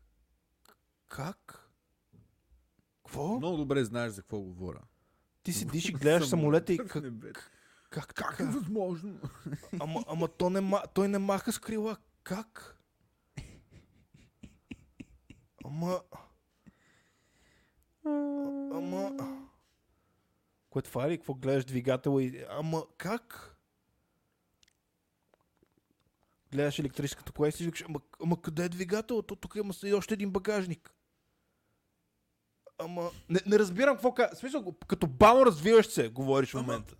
Speaker 2: Как? Какво?
Speaker 1: Много добре знаеш за какво говоря.
Speaker 2: Ти седиш и гледаш самолета и как,
Speaker 1: Как, как
Speaker 2: как, как?
Speaker 1: е възможно?
Speaker 2: Ама, ама то не, ма- той не маха с крила. Как? Ама... А- Ама... Кое това е ли? Какво гледаш двигател и... Ама как? Гледаш електрическата кола и си викаш, ама, ама къде е двигател? То тук има и още един багажник. Ама... Не, не разбирам какво ка... В смисъл, като бавно развиваш се, говориш в момента.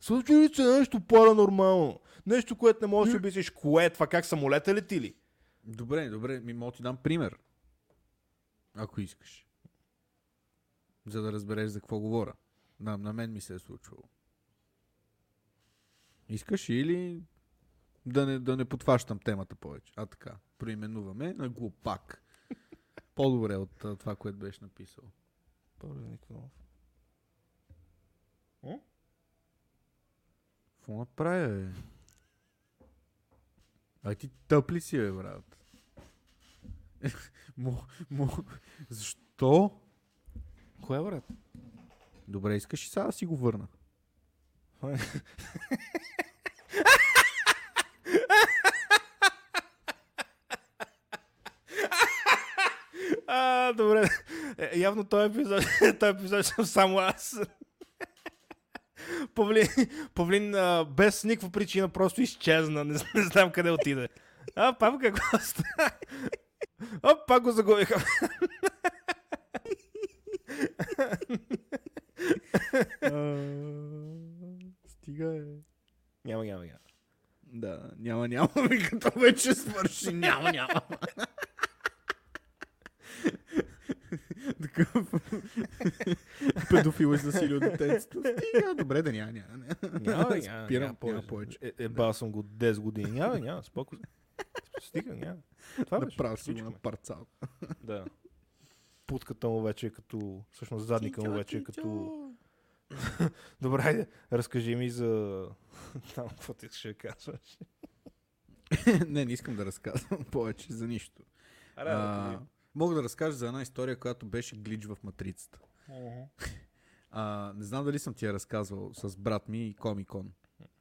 Speaker 2: Случи ли се нещо паранормално? Нещо, което не можеш да обясниш. Кое е това? Как самолета лети ли?
Speaker 1: Добре, добре, ми мога да ти дам пример. Ако искаш. За да разбереш за какво говоря. На, на мен ми се е случвало. Искаш или да не, да не подфащам темата повече? А така, проименуваме на глупак. По-добре от а, това, което беше написал. Какво направя, бе? А ти тъп ли си, бе, брат? Мо, мо, защо?
Speaker 2: Кое е, брат?
Speaker 1: Добре, искаш и сега да си го върна.
Speaker 2: А, добре. Е, Явно този епизод, този епизод съм само аз. Павлин, Павлин а, без никаква причина просто изчезна. Не, не знам къде отиде. А, папа, какво стана? О, пак го загубиха.
Speaker 1: Стига, е.
Speaker 2: Няма, няма, няма.
Speaker 1: Да, няма, няма, ми като вече свърши, няма, няма. Такъв педофил е засилил детенцето. Стига, добре да няма, няма. няма.
Speaker 2: Няма, няма,
Speaker 1: Спирам,
Speaker 2: няма повече.
Speaker 1: няма повече.
Speaker 2: Е, е, бал съм го 10 години. Няма, няма, споко. Стига, няма. Това беше.
Speaker 1: Направо си го
Speaker 2: всичко.
Speaker 1: на парцал.
Speaker 2: Да. Путката му вече е като... Всъщност задника му вече е като... Добре, айде, разкажи ми за... Там, какво ти ще казваш.
Speaker 1: не, не искам да разказвам повече за нищо.
Speaker 2: Аре,
Speaker 1: а, мога да разкажа за една история, която беше глич в матрицата. А, не знам дали съм ти я разказвал с брат ми и Комикон.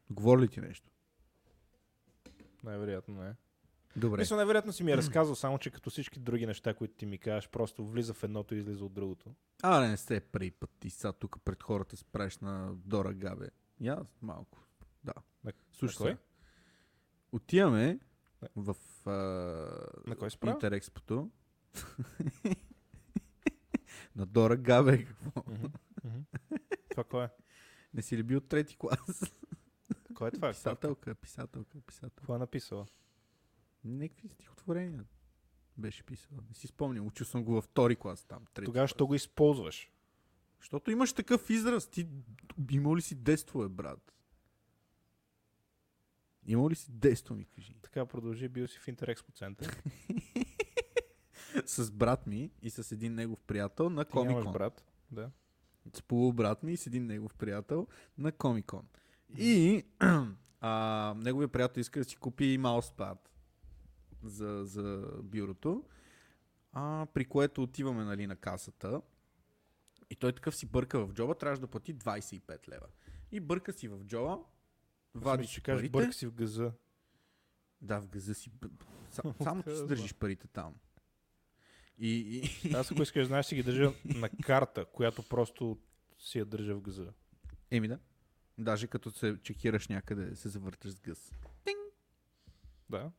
Speaker 1: Говори ли ти нещо?
Speaker 2: Най-вероятно не.
Speaker 1: Добре.
Speaker 2: Мисля, най-вероятно си ми е разказал, само че като всички други неща, които ти ми кажеш, просто влиза в едното и излиза от другото.
Speaker 1: А, не, не сте първи път. Ти сега тук пред хората се правиш на Дора Габе. Я малко. Да.
Speaker 2: На-
Speaker 1: Слушай
Speaker 2: на кой?
Speaker 1: сега. Отиваме
Speaker 2: На-
Speaker 1: в
Speaker 2: На кой
Speaker 1: а,
Speaker 2: спра?
Speaker 1: Интерекспото. на Дора Габе какво?
Speaker 2: Мгм, мгм. Това кой е?
Speaker 1: Не си ли бил трети клас?
Speaker 2: Кой е това?
Speaker 1: писателка, писателка, писателка.
Speaker 2: Какво е написала?
Speaker 1: Някакви стихотворения беше писала. Не си спомням. Учил съм го във втори клас там. Трети
Speaker 2: Тогава ще го използваш.
Speaker 1: Защото имаш такъв израз. Ти имал ли си детство, бе, брат? Имал ли си детство, ми кажи?
Speaker 2: Така продължи, бил си в Интерекспо център.
Speaker 1: С брат ми и с един негов приятел на
Speaker 2: Ти нямаш
Speaker 1: Комикон.
Speaker 2: брат. Да.
Speaker 1: С полубрат ми и с един негов приятел на Комикон. И а, неговия приятел иска да си купи маускпад за, за бюрото, а, при което отиваме нали, на касата. И той такъв си бърка в джоба, трябваше да плати 25 лева. И бърка си в джоба, вади
Speaker 2: Вади,
Speaker 1: си
Speaker 2: ще кажеш,
Speaker 1: парите.
Speaker 2: бърк си в газа.
Speaker 1: Да, в газа си. б- б- Сам, само ти си държиш парите там. И, и,
Speaker 2: Аз ако искаш, знаеш, си ги държа на карта, която просто си я държа в газа.
Speaker 1: Еми да. Даже като се чекираш някъде, се завърташ с гъс.
Speaker 2: Да.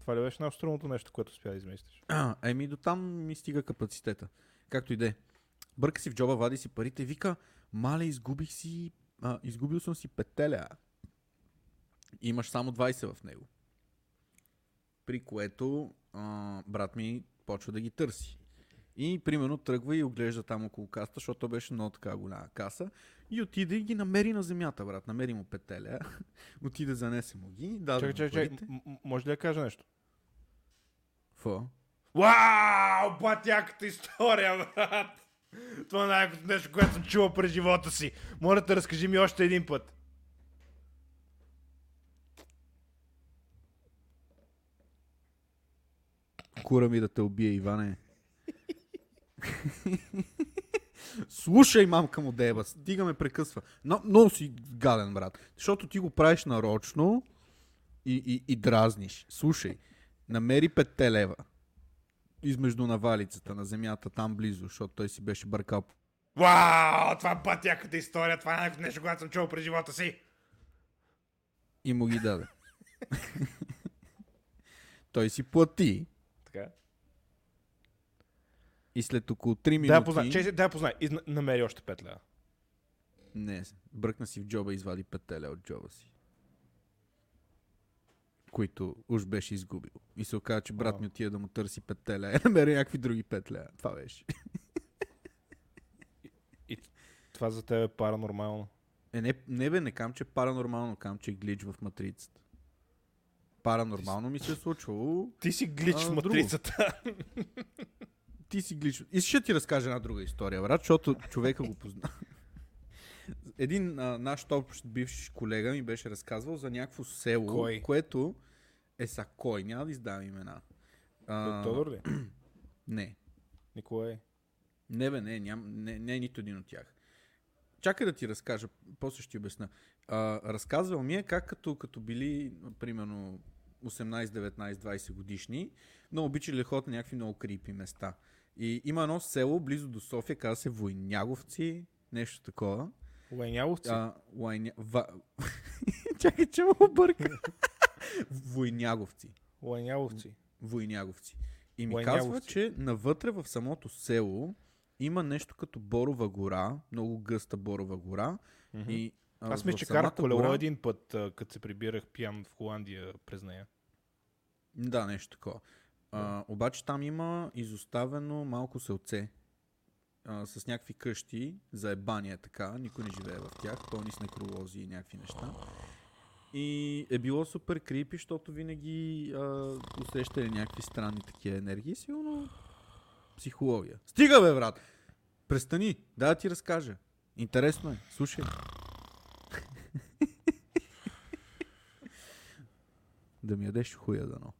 Speaker 2: Това ли беше най-струмното нещо, което успя да измислиш?
Speaker 1: А, еми до там ми стига капацитета. Както и де. Бърка си в джоба, вади си парите, вика, мале, изгубих си, а, изгубил съм си петеля. Имаш само 20 в него. При което а, брат ми почва да ги търси. И примерно тръгва и оглежда там около каста, защото то беше много така голяма каса. И отиде и ги намери на земята, брат. Намери му петеля. отиде, занесе му ги. Даде
Speaker 2: Чакай,
Speaker 1: му
Speaker 2: чакай, чакай.
Speaker 1: парите.
Speaker 2: М- м- Може ли да кажа нещо?
Speaker 1: Фо?
Speaker 2: Вау, батяката история, брат! Това е най-якото нещо, което съм чувал през живота си. Моля те, разкажи ми още един път.
Speaker 1: Кура ми да те убие, Иване. Слушай, мамка му деба, стига ме прекъсва. Но, много си гаден, брат. Защото ти го правиш нарочно и, и, и дразниш. Слушай, намери 5 лева измежду навалицата на земята там близо, защото той си беше бъркал по
Speaker 2: Вау, това е батяката история, това е най-якото нещо, което съм чувал през живота си.
Speaker 1: и му ги даде. той си плати
Speaker 2: Така.
Speaker 1: и след около 3 минути...
Speaker 2: Да, познай, чай, да, познай. И на- намери още 5 лева.
Speaker 1: Не, бръкна си в джоба и извади петеля от джоба си. Които уж беше изгубил. И се оказа, че брат ми отиде да му търси петеля. Е, намери някакви други петля. Това беше.
Speaker 2: И това за теб е паранормално.
Speaker 1: Е, не, не бе, не кам, че е паранормално, кам, че е глич в матрицата. Паранормално ми се е случвало.
Speaker 2: Ти си глич
Speaker 1: А,
Speaker 2: в
Speaker 1: друго.
Speaker 2: матрицата.
Speaker 1: Ти си глич. И ще ти разкажа една друга история, брат, защото човека го позна. Един а, наш общ бивш колега ми беше разказвал за някакво село,
Speaker 2: Кой?
Speaker 1: което е са кой, няма да издавам имена. А,
Speaker 2: Тодор ли?
Speaker 1: Не.
Speaker 2: Николай.
Speaker 1: Не, бе, не, ням, не, не е нито един от тях. Чакай да ти разкажа, после ще ти обясна. А, разказвал ми е как като, като били, примерно, 18, 19, 20 годишни, но обичали да ходят на някакви много крипи места. И има едно село близо до София, казва се Войняговци, нещо такова.
Speaker 2: Лайняловци.
Speaker 1: А, лайня... Ва... Чакай, че му обърка. Войняговци.
Speaker 2: Лайняловци.
Speaker 1: Войняговци. И ми
Speaker 2: Войняговци.
Speaker 1: казва, че навътре в самото село има нещо като Борова гора, много гъста Борова гора.
Speaker 2: Мгм.
Speaker 1: И, а,
Speaker 2: Аз
Speaker 1: в
Speaker 2: мисля, че карах
Speaker 1: самата
Speaker 2: колело
Speaker 1: гора-
Speaker 2: един път, а, като се прибирах пиян в Холандия през нея.
Speaker 1: Да, нещо такова. А, обаче там има изоставено малко селце а, с някакви къщи, заебания така, никой не живее в тях, пълни с некролози и някакви неща. И е било супер крипи, защото винаги а, усещали някакви странни такива енергии, сигурно психология. Стига бе, брат! Престани, да ти разкажа. Интересно е, слушай. да ми ядеш хуя дано.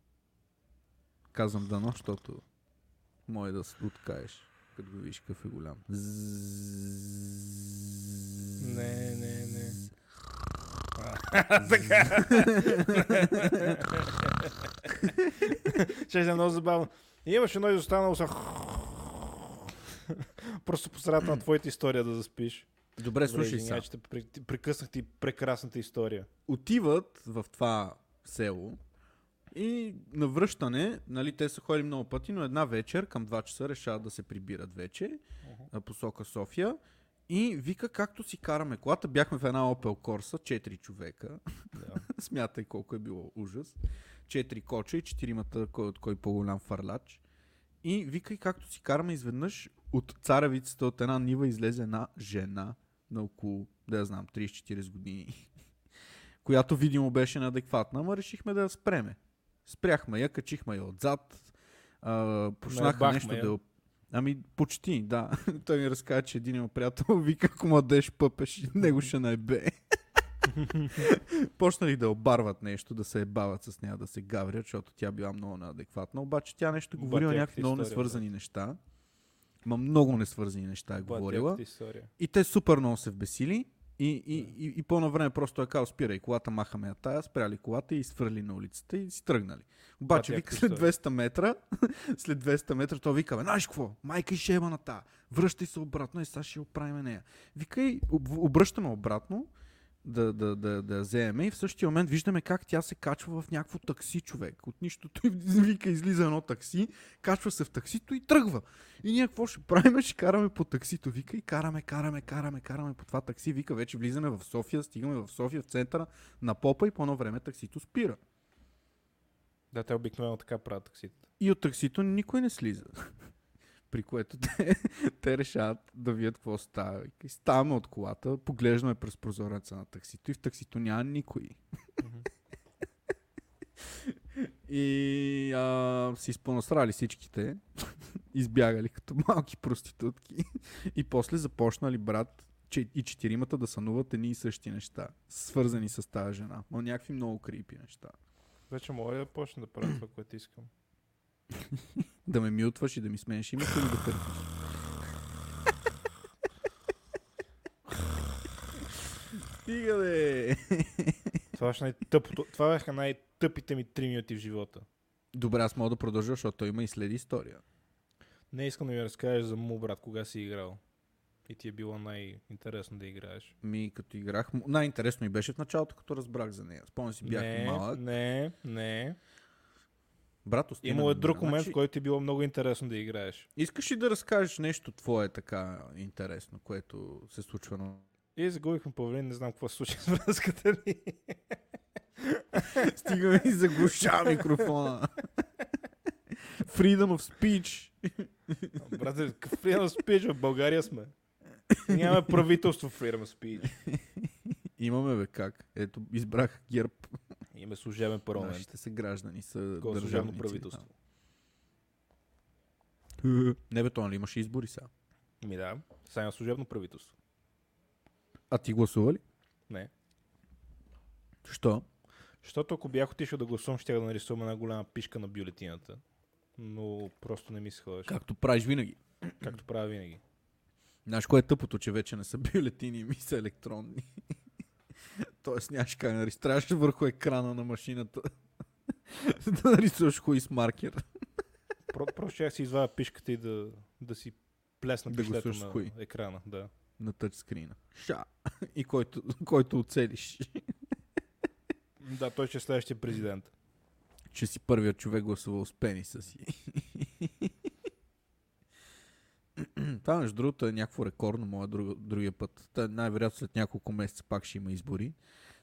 Speaker 1: Казвам дано, защото може да се откаеш, като го видиш какъв е голям.
Speaker 2: Не, не, не. Ще е много забавно. И имаш едно изостанало са... Просто посредата на твоята история да заспиш.
Speaker 1: Добре, слушай
Speaker 2: сега.
Speaker 1: сега.
Speaker 2: Че те пре- прекъснах ти прекрасната история.
Speaker 1: отиват в това село и на връщане, нали, те са ходили много пъти, но една вечер към 2 часа решават да се прибират вече uh посока София и вика както си караме колата. Бяхме в една Opel Corsa, 4 човека. Смятай колко е било ужас. 4 коча и 4-мата, кой от кой по-голям фарлач. И вика и както си караме изведнъж от царевицата от една нива излезе една жена на около, да я знам, 30-40 години която видимо беше неадекватна, ама решихме да я спреме. Спряхме я, качихме я отзад, а, почнаха
Speaker 2: Наебахме
Speaker 1: нещо
Speaker 2: я.
Speaker 1: да... я- Ами почти, да. Той ми разказа, че един му приятел вика, ако младеж пъпеш, него ще наебе. Почнали да обарват нещо, да се ебават с нея, да се гаврят, защото тя била много неадекватна. Обаче е тя нещо
Speaker 2: Батяката
Speaker 1: говорила някакви много
Speaker 2: история,
Speaker 1: несвързани неща. Ма много несвързани неща е
Speaker 2: Това е
Speaker 1: говорила.
Speaker 2: тяхната история.
Speaker 1: И те супер много се вбесили. И, и, и, и по-на време просто той е казал, спирай колата, махаме я тая, спряли колата и свърли на улицата и си тръгнали. Обаче
Speaker 2: Това
Speaker 1: вика
Speaker 2: тяхна
Speaker 1: след 200 метра, след 200 метра той вика, бе, знаеш какво, майка и ще ема на тая, връщай се обратно и сега ще я оправим нея. Вика и об- обръщаме обратно, да, да, да, да я вземе и в същия момент виждаме как тя се качва в някакво такси човек. От нищото и вика излиза едно такси, качва се в таксито и тръгва. И ние какво ще правим? Ще караме по таксито, вика и караме, караме, караме, караме по това такси, вика вече влизаме в София, стигаме в София в центъра на попа и по едно време таксито спира.
Speaker 2: Да, те обикновено така правят таксите.
Speaker 1: И от таксито никой не слиза. при което те, те решават да видят какво става. И ставаме от колата, поглеждаме през прозореца на таксито и в таксито няма никой. И а, си изпонасрали всичките, избягали като малки проститутки и после започнали брат че и четиримата да сънуват едни и същи неща, свързани с тази жена. Ма някакви много крипи неща.
Speaker 2: Вече мога ли да почна да правя това, което искам?
Speaker 1: Да ме мютваш и да ми сменеш името или да търпиш. Стига бе!
Speaker 2: Това беше най-тъпото. Това бяха най-тъпите ми 3 минути в живота.
Speaker 1: Добре, аз мога да продължа, защото той има и следи история.
Speaker 2: Не искам да ми разкажеш за му, брат, кога си играл. И ти е било най-интересно да играеш.
Speaker 1: Ми като играх, му- най-интересно ми беше в началото, като разбрах за нея. Спомням си, бях
Speaker 2: не,
Speaker 1: малък.
Speaker 2: не, не.
Speaker 1: Брат, остина
Speaker 2: Имало е
Speaker 1: ми,
Speaker 2: друг момент,
Speaker 1: значи,
Speaker 2: в който ти е било много интересно да играеш.
Speaker 1: Искаш ли да разкажеш нещо твое така интересно, което се случва на...
Speaker 2: И загубихме половин, не знам какво се случи с връзката ни.
Speaker 1: Стига и заглуша микрофона. Freedom of speech.
Speaker 2: Брат, freedom of speech, в България сме. Нямаме правителство в freedom of speech.
Speaker 1: Имаме бе как. Ето, избрах ГЕРБ.
Speaker 2: Имаме служебен парламент.
Speaker 1: Нашите са граждани, са
Speaker 2: Такова служебно
Speaker 1: държавници.
Speaker 2: правителство.
Speaker 1: Да. Не бе, то нали имаше избори сега?
Speaker 2: Ми да, сега има служебно правителство.
Speaker 1: А ти гласува ли?
Speaker 2: Не.
Speaker 1: Що?
Speaker 2: Защото ако бях отишъл да гласувам, ще да нарисувам една голяма пишка на бюлетината. Но просто не ми се ходеше,
Speaker 1: Както правиш винаги.
Speaker 2: както правя винаги.
Speaker 1: Знаеш кое е тъпото, че вече не са бюлетини, ми са електронни. Тоест нямаш как да нарис- трябваше върху екрана на машината. да нарисуваш хуй с маркер.
Speaker 2: Про, просто ще си извадя пишката и да, да си плесна
Speaker 1: Да
Speaker 2: пишлето
Speaker 1: гласуваш с
Speaker 2: на
Speaker 1: кой?
Speaker 2: екрана. Да.
Speaker 1: На тъчскрина. Ша. И който, който оцелиш.
Speaker 2: да, той ще е следващия президент.
Speaker 1: че си първият човек гласувал с пениса си. Това, между другото, е някакво рекордно, моя друг, другия път. Та, най-вероятно след няколко месеца пак ще има избори.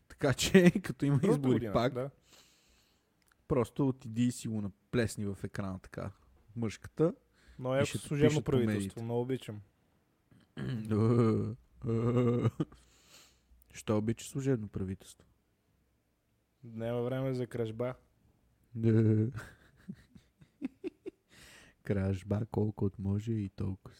Speaker 1: Така че, като има
Speaker 2: Другата
Speaker 1: избори
Speaker 2: година,
Speaker 1: пак,
Speaker 2: Да.
Speaker 1: просто отиди и си го наплесни в екрана така мъжката.
Speaker 2: Но е
Speaker 1: ще те
Speaker 2: служебно
Speaker 1: пишат по медиите.
Speaker 2: правителство. Много обичам.
Speaker 1: Що обича служебно правителство?
Speaker 2: Няма време за кражба.
Speaker 1: Кражба колко от може и толкова.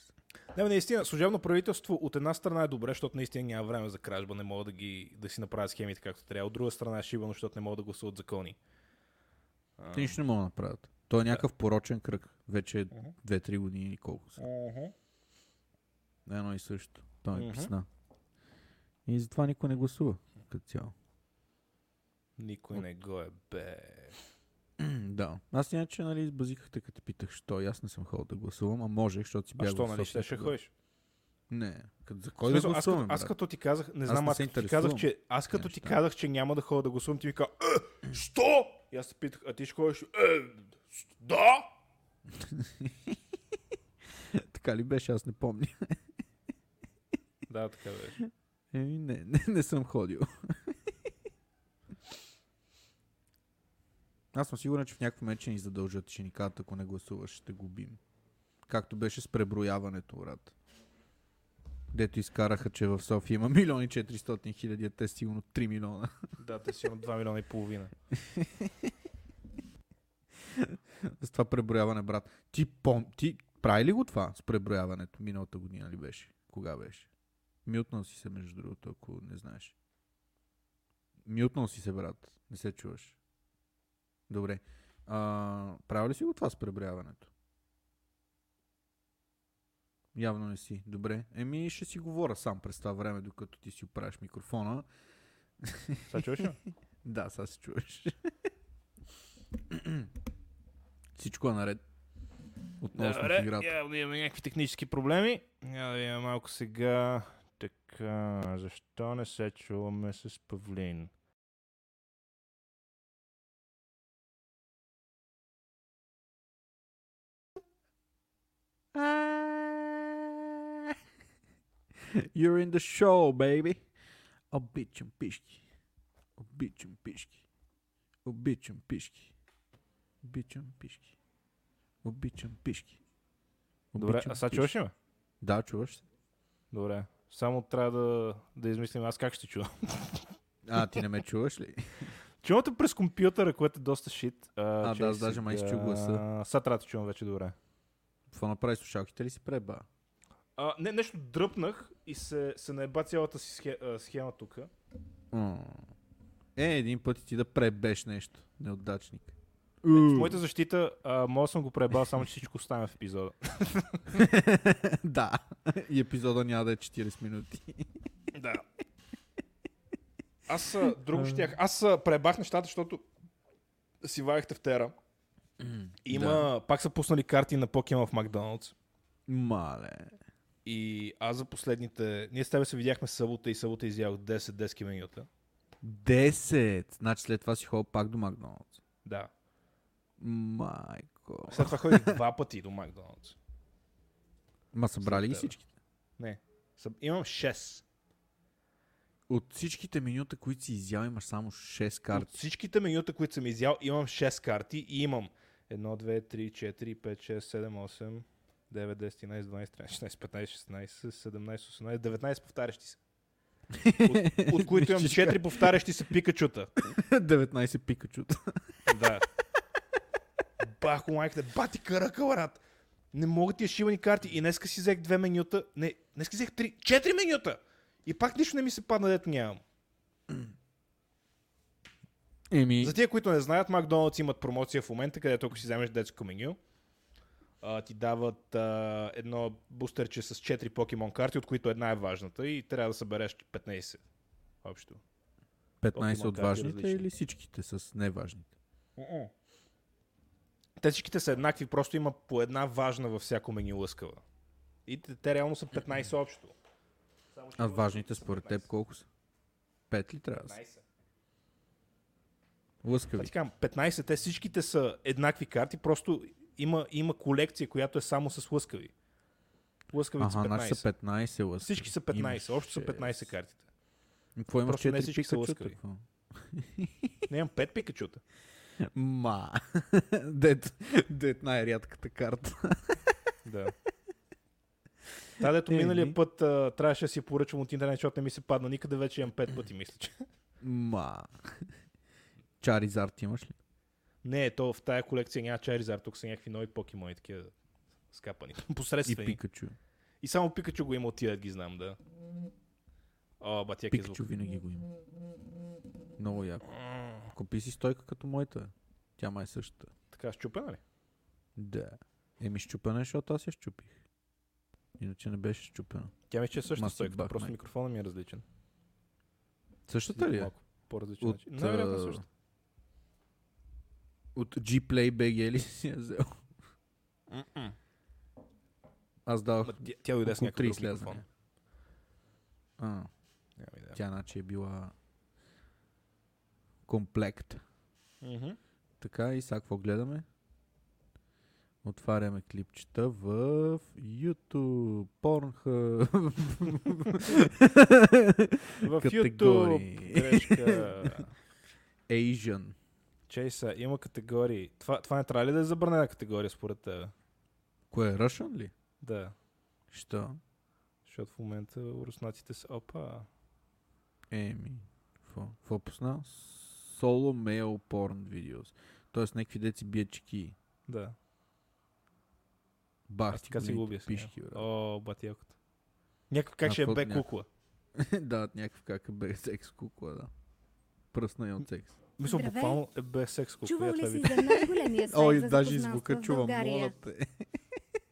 Speaker 2: Не, бе, наистина, служебно правителство от една страна е добре, защото наистина няма време за кражба, не могат да, ги, да си направят схемите както трябва. От друга страна е шибано, защото не могат да гласуват закони. А,
Speaker 1: Те нищо не могат да направят. Той е някакъв порочен кръг. Вече е
Speaker 2: Мгм.
Speaker 1: 2-3 години или колко са.
Speaker 2: мгм.
Speaker 1: Едно и също. Той ми
Speaker 2: Мгм.
Speaker 1: писна. И затова никой не гласува като цяло.
Speaker 2: Никой не го е бе.
Speaker 1: да. Аз иначе, нали, избазикахте, като те питах, що и аз не съм ходил да гласувам, а можех, защото си бях
Speaker 2: А
Speaker 1: в
Speaker 2: що, нали,
Speaker 1: София
Speaker 2: ще ще
Speaker 1: тогава.
Speaker 2: ходиш?
Speaker 1: Не. Като за кой
Speaker 2: В
Speaker 1: да
Speaker 2: смисъл, аз,
Speaker 1: гласувам,
Speaker 2: като, аз като ти казах, не
Speaker 1: Аз
Speaker 2: знам,
Speaker 1: не
Speaker 2: аз,
Speaker 1: се
Speaker 2: като ти казах,
Speaker 1: интересувам
Speaker 2: че, аз като ти
Speaker 1: неща.
Speaker 2: казах, че няма да ходя да гласувам, ти ми каза, е, що? И аз те питах, а ти ще ходиш, е, с- да?
Speaker 1: Е, така ли беше, аз не помня.
Speaker 2: Да, така беше.
Speaker 1: Еми, Е, не, не, не съм ходил. Аз съм сигурен, че в някакъв момент ще ни задължат, и ще ни кажат, ако не гласуваш, ще губим. Както беше с преброяването, брат. Дето изкараха, че в София има милиони 400 хиляди, а те сигурно 3 милиона.
Speaker 2: Да, те си имат 2 милиона и половина.
Speaker 1: С това преброяване, брат. Ти, пом... ти прави ли го това с преброяването? Миналата година ли беше? Кога беше? Мютнал си се, между другото, ако не знаеш. Мютнал си се, брат. Не се чуваш. Добре. А, прави ли си го това с преброяването? Явно не си. Добре. Еми, ще си говоря сам през това време, докато ти си оправиш микрофона.
Speaker 2: Сега чуваш ли?
Speaker 1: Да, сега се чуваш. Всичко е наред. Отново сме в играта.
Speaker 2: явно имаме някакви технически проблеми. Няма да видим малко сега. Така, защо не се чуваме с Павлин?
Speaker 1: You're in the show, baby. Обичам пишки. Обичам пишки. Обичам пишки. Обичам пишки. Обичам пишки.
Speaker 2: Добре,
Speaker 1: Обичам
Speaker 2: а сега
Speaker 1: пише.
Speaker 2: чуваш ли ме?
Speaker 1: Да, чуваш се.
Speaker 2: Добре. Само трябва да, да измислим аз как ще чувам.
Speaker 1: А, ти не ме чуваш ли?
Speaker 2: Чувам те през компютъра, което е доста шит. А,
Speaker 1: да,
Speaker 2: чакай
Speaker 1: аз даже май
Speaker 2: сега.
Speaker 1: изчу гласа.
Speaker 2: Сега трябва да чувам вече добре.
Speaker 1: Какво направи слушалките ли си преба?
Speaker 2: А, не, нещо дръпнах и се, се наеба цялата си схе, а, схема тук.
Speaker 1: М. Е, един път и ти да пребеш нещо. Неудачник.
Speaker 2: В моята защита, а, мога да съм го преебал, само че всичко остана в епизода.
Speaker 1: да. И епизода няма да е 40 минути.
Speaker 2: Да. Аз а, друго щях. Аз а, пребах нещата, защото си ваехте в Тера. Има, да. пак са пуснали карти на Покемон в Макдоналдс.
Speaker 1: Мале.
Speaker 2: И аз за последните... Ние с тебе се видяхме събота и събота изявах 10 дески менюта.
Speaker 1: 10. Значи след това си ходил пак до Макдоналдс.
Speaker 2: Да.
Speaker 1: Майко.
Speaker 2: След това ходих два пъти до Макдоналдс.
Speaker 1: Ма събрали ги
Speaker 2: След тебе.
Speaker 1: всичките?
Speaker 2: Не. Съм... Имам 6.
Speaker 1: От всичките менюта, които си изял, имаш само 6
Speaker 2: От
Speaker 1: карти.
Speaker 2: всичките менюта, които съм изял, имам 6 карти и имам 1, 2, 3, 4, 5, 6, 7, 8, 9, 10, 11, 12, 13, 14, 15, 16, 17, 18, 19 повтарящи се. От, от които имам 4 повтарящи се пикачута.
Speaker 1: 19 пикачута.
Speaker 2: Да. Бахо майката, бати карака, брат. Не мога тия шивани карти. И днеска си взех две менюта. Не, днеска си взех три, четири менюта. И пак нищо не ми се падна, дето нямам.
Speaker 1: Еми,
Speaker 2: За тия, които не знаят, Макдоналдс имат промоция в момента, където ако си вземеш детско меню, а, ти дават а, едно бустерче с 4 покемон карти, от които една е важната и трябва да събереш 15. Общо.
Speaker 1: 15 от
Speaker 2: Покемон карти
Speaker 1: важните
Speaker 2: различни.
Speaker 1: или всичките с неважните?
Speaker 2: Мгм. Те всичките са еднакви, просто има по една важна във всяко меню лъскава. И те, те реално са 15 общо. Само, че
Speaker 1: А
Speaker 2: лъскавите
Speaker 1: важните
Speaker 2: са
Speaker 1: според
Speaker 2: 15.
Speaker 1: теб колко са? 5 ли трябва да са?
Speaker 2: 15. Това
Speaker 1: Лъскави.
Speaker 2: ти казвам, 15, те всичките са еднакви карти, просто има, има колекция, която е само с лъскави. Лъскавите
Speaker 1: Ага,
Speaker 2: са 15.
Speaker 1: наши значи са 15 лъскави.
Speaker 2: Всички са 15, общо са 15
Speaker 1: карти.
Speaker 2: картите.
Speaker 1: Какво имаш
Speaker 2: Просто не
Speaker 1: 4
Speaker 2: всички са
Speaker 1: пикачута?
Speaker 2: лъскави.
Speaker 1: какво?
Speaker 2: Не имам 5 пикачута.
Speaker 1: Ма, дет, дет най-рядката карта.
Speaker 2: Да. Та, дето
Speaker 1: Еми.
Speaker 2: миналия път а, трябваше да си поръчвам от интернет, защото не ми се падна никъде, вече имам 5 пъти, мисля, че.
Speaker 1: Ма. Чаризард имаш ли?
Speaker 2: Не, то в тая колекция няма Charizard, тук са някакви нови покемони, такива скапани.
Speaker 1: И
Speaker 2: Посредствени. И,
Speaker 1: Пикачу.
Speaker 2: и само Пикачу го има от тия, да ги знам, да. О, ба, тия е звук.
Speaker 1: Пикачу винаги го има. Много яко. Купи си стойка като моята. Тя май е същата.
Speaker 2: Така, щупена ли?
Speaker 1: Да. Еми щупена, е, защото аз я щупих. Иначе не беше щупена.
Speaker 2: Тя ми че е същата
Speaker 1: Маси
Speaker 2: стойката,
Speaker 1: бах,
Speaker 2: просто
Speaker 1: май.
Speaker 2: микрофона ми е различен.
Speaker 1: Същата ли е?
Speaker 2: Малко по-различен
Speaker 1: От,
Speaker 2: начин. Най-вероятно е
Speaker 1: а,
Speaker 2: също.
Speaker 1: От G-Play BG ли си я взел? Аз давах
Speaker 2: Ма, тя- Тя дойде с
Speaker 1: около
Speaker 2: някакъв
Speaker 1: 30
Speaker 2: друг микрофон.
Speaker 1: лязания. А,
Speaker 2: Нямам идея.
Speaker 1: тя значи е била комплект.
Speaker 2: Мгм.
Speaker 1: Така и сега какво гледаме? Отваряме клипчета в YouTube, Pornhub,
Speaker 2: В
Speaker 1: Категории.
Speaker 2: YouTube грешка.
Speaker 1: Asian.
Speaker 2: Чейса, има категории. Това, това не трябва ли да е забранена категория според тебе?
Speaker 1: Кое е Russian ли?
Speaker 2: Да.
Speaker 1: Що?
Speaker 2: Защото в момента руснаците са... Опа.
Speaker 1: Еми, какво пусна? Solo male porn videos. Тоест някакви деци бият чеки.
Speaker 2: Да.
Speaker 1: Бах
Speaker 2: Аз
Speaker 1: ти
Speaker 2: така си го
Speaker 1: големите
Speaker 2: обясня.
Speaker 1: нали, пишки, брат.
Speaker 2: О, батякото. Някакъв как
Speaker 1: А,
Speaker 2: ще е
Speaker 1: какво-
Speaker 2: бе
Speaker 1: някакъв-
Speaker 2: кукла.
Speaker 1: да, някакъв как е бе секс кукла, да. Пръсна и от секс.
Speaker 2: Мисля,
Speaker 4: Здравей.
Speaker 2: буквално е бе секс кукла.
Speaker 4: Чувал
Speaker 2: Я това
Speaker 4: ли си
Speaker 2: видя.
Speaker 4: за най-големия сайт
Speaker 1: Ой,
Speaker 4: за
Speaker 1: даже и
Speaker 4: запознанства
Speaker 1: звука
Speaker 4: в
Speaker 1: чувам,
Speaker 4: България?
Speaker 1: моля те.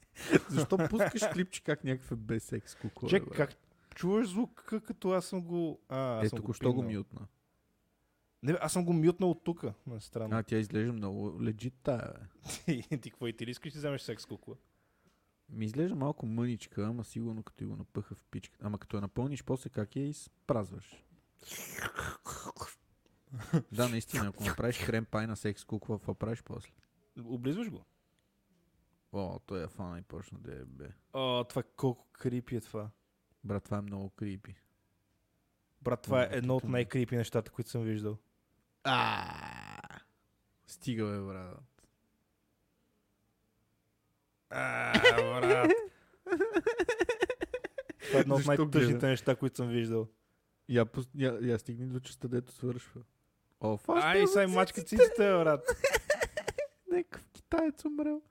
Speaker 1: Защо пускаш клипче как някакъв е бе секс кукла,
Speaker 2: Чек,
Speaker 1: брат?
Speaker 2: как чуваш звук, к- като аз съм го... А, аз
Speaker 1: Е,
Speaker 2: съм
Speaker 1: току-що го
Speaker 2: пинал.
Speaker 1: мютна.
Speaker 2: Не, бе, аз съм го мютнал от тук. На странно.
Speaker 1: А, тя изглежда много легит тая, бе.
Speaker 2: Ти, ти какво и ти ли искаш да вземеш секс кукла?
Speaker 1: Ми изглежда малко мъничка, ама сигурно като го напъха в пичката. Ама като я напълниш, после как я изпразваш? да, наистина, ако направиш хрен пай на секс кукла, какво правиш после?
Speaker 2: Облизваш го?
Speaker 1: О, той я фана и почна да я бе.
Speaker 2: О, това колко крипи е това.
Speaker 1: Брат, това е много крипи.
Speaker 2: Брат, това е
Speaker 1: Много
Speaker 2: едно от
Speaker 1: тъпо.
Speaker 2: най-крипи нещата, които съм виждал.
Speaker 1: А, Стига бе, брат.
Speaker 2: А, А, брат. Това е едно от
Speaker 1: Защо
Speaker 2: най-тъжните
Speaker 1: гледа?
Speaker 2: неща, които съм виждал.
Speaker 1: Я, пус- я, я стигни до частта, дето свършва. О, фаща
Speaker 2: Ай, сай мачка циците, бе, брат.
Speaker 1: Някакъв китаец умрел.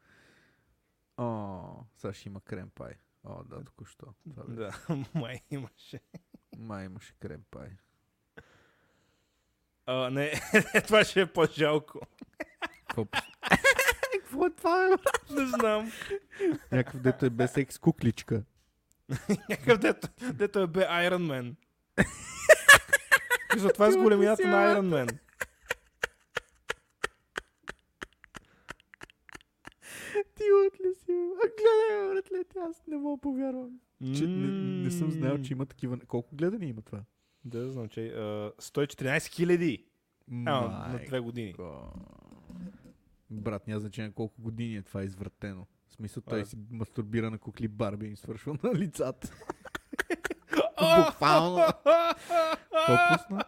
Speaker 1: О, сега ще има крем пай. О, да, току-що. Това бе.
Speaker 2: Да, май имаше.
Speaker 1: Май имаше крем пай.
Speaker 2: А, не, това ще е по-жалко.
Speaker 1: Какво пус- Какво е това, бе?
Speaker 2: Не знам.
Speaker 1: Някакъв дето е без секс кукличка.
Speaker 2: Някакъв дето, дето е бе Iron Man. И затова е с големината на Iron Man.
Speaker 1: Ти от ли си, бе? А гледай, бе, братле, ти, аз не мога повярвам. Че, не, не, съм знаел, че има такива... Колко гледани има това?
Speaker 2: Да, знам, че а, 114 хиляди а, на
Speaker 1: Майко.
Speaker 2: две години.
Speaker 1: Брат, няма значение колко години е това извратено. В смисъл, той
Speaker 2: А.
Speaker 1: си мастурбира на кукли Барби и им свършва на лицата.
Speaker 2: Буквално.
Speaker 1: Какво пусна?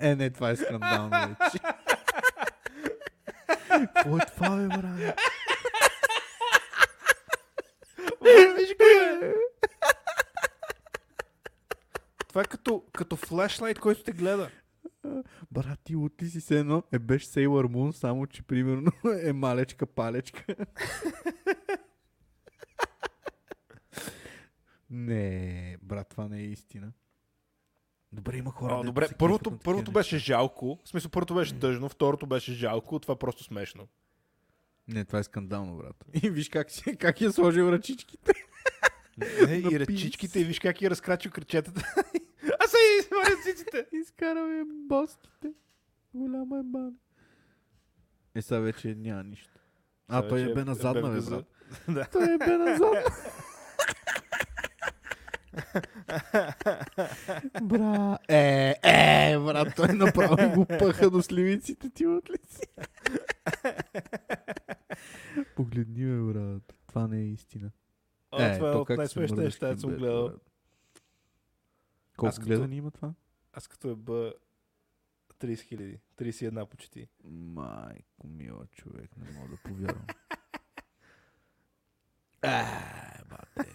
Speaker 1: Е, не, това е скандално вече. Какво е това, бе, брат?
Speaker 2: Виж го е. Това е като, като флешлайт, който те гледа.
Speaker 1: Брат, ти от ли си се едно? Е, беше Sailor Moon, само че примерно е малечка палечка. не, брат, това не е истина. Добре, има хора.
Speaker 2: О,
Speaker 1: дето
Speaker 2: добре,
Speaker 1: се кефят на
Speaker 2: първото,
Speaker 1: такива
Speaker 2: първото
Speaker 1: неща.
Speaker 2: беше жалко. В смисъл, първото беше тъжно, второто беше жалко, това е просто смешно.
Speaker 1: Не, това е скандално, брат. И виж как, си, как я сложил ръчичките.
Speaker 2: Не,
Speaker 1: На
Speaker 2: и ръчичките, и виж как я разкрачил кръчетата. а са и сварят циците.
Speaker 1: Изкарал я боските. Голяма е бан. Е, сега вече няма нищо. А,
Speaker 2: Сега
Speaker 1: той
Speaker 2: вече
Speaker 1: е бе
Speaker 2: е- е
Speaker 1: назад, бе,
Speaker 2: бъргаза.
Speaker 1: брат.
Speaker 2: Да.
Speaker 1: Той е бе назад. Бра, е, е, брат, той направо го пъха до сливиците ти от лице. Погледни ме, брат. Това не е истина.
Speaker 2: О, това е
Speaker 1: то
Speaker 2: от
Speaker 1: как се
Speaker 2: най-смешните
Speaker 1: мърдаш
Speaker 2: неща,
Speaker 1: към
Speaker 2: които съм
Speaker 1: бебе,
Speaker 2: гледал.
Speaker 1: брат. Колко
Speaker 2: като-
Speaker 1: гледани има това?
Speaker 2: Аз като е бъ 30 хиляди, 31 почти.
Speaker 1: Майко мила човек, не мога да повярвам. бате.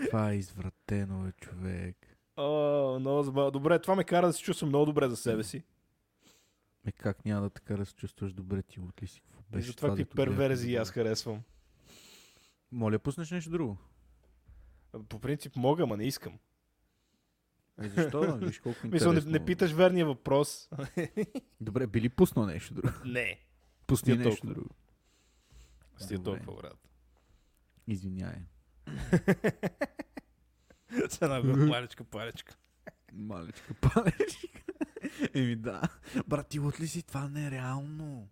Speaker 1: Е, Това е извратено, бе, човек.
Speaker 2: О, много забавно. Добре, това ме кара да се чувствам много добре за себе си.
Speaker 1: Ме как няма да така да се чувстваш добре ти от ли си? Какво
Speaker 2: и
Speaker 1: беше
Speaker 2: затова какви
Speaker 1: дето нали, гледахме
Speaker 2: перверзии
Speaker 1: за-
Speaker 2: аз харесвам.
Speaker 1: Моля, пуснеш нещо друго.
Speaker 2: По принцип мога, ма не искам.
Speaker 1: Е, защо? Виж колко
Speaker 2: Мисля,
Speaker 1: интересно.
Speaker 2: не, не питаш верния въпрос.
Speaker 1: Добре, били пуснал нещо друго.
Speaker 2: не.
Speaker 1: Пусни
Speaker 2: Стига
Speaker 1: нещо
Speaker 2: толкова.
Speaker 1: друго.
Speaker 2: Сти
Speaker 1: Добре.
Speaker 2: толкова, брат.
Speaker 1: Извиняй.
Speaker 2: С една малечка паречка.
Speaker 1: Малечка палечка. Еми да. Брат, ти от ли си? Това не е реално.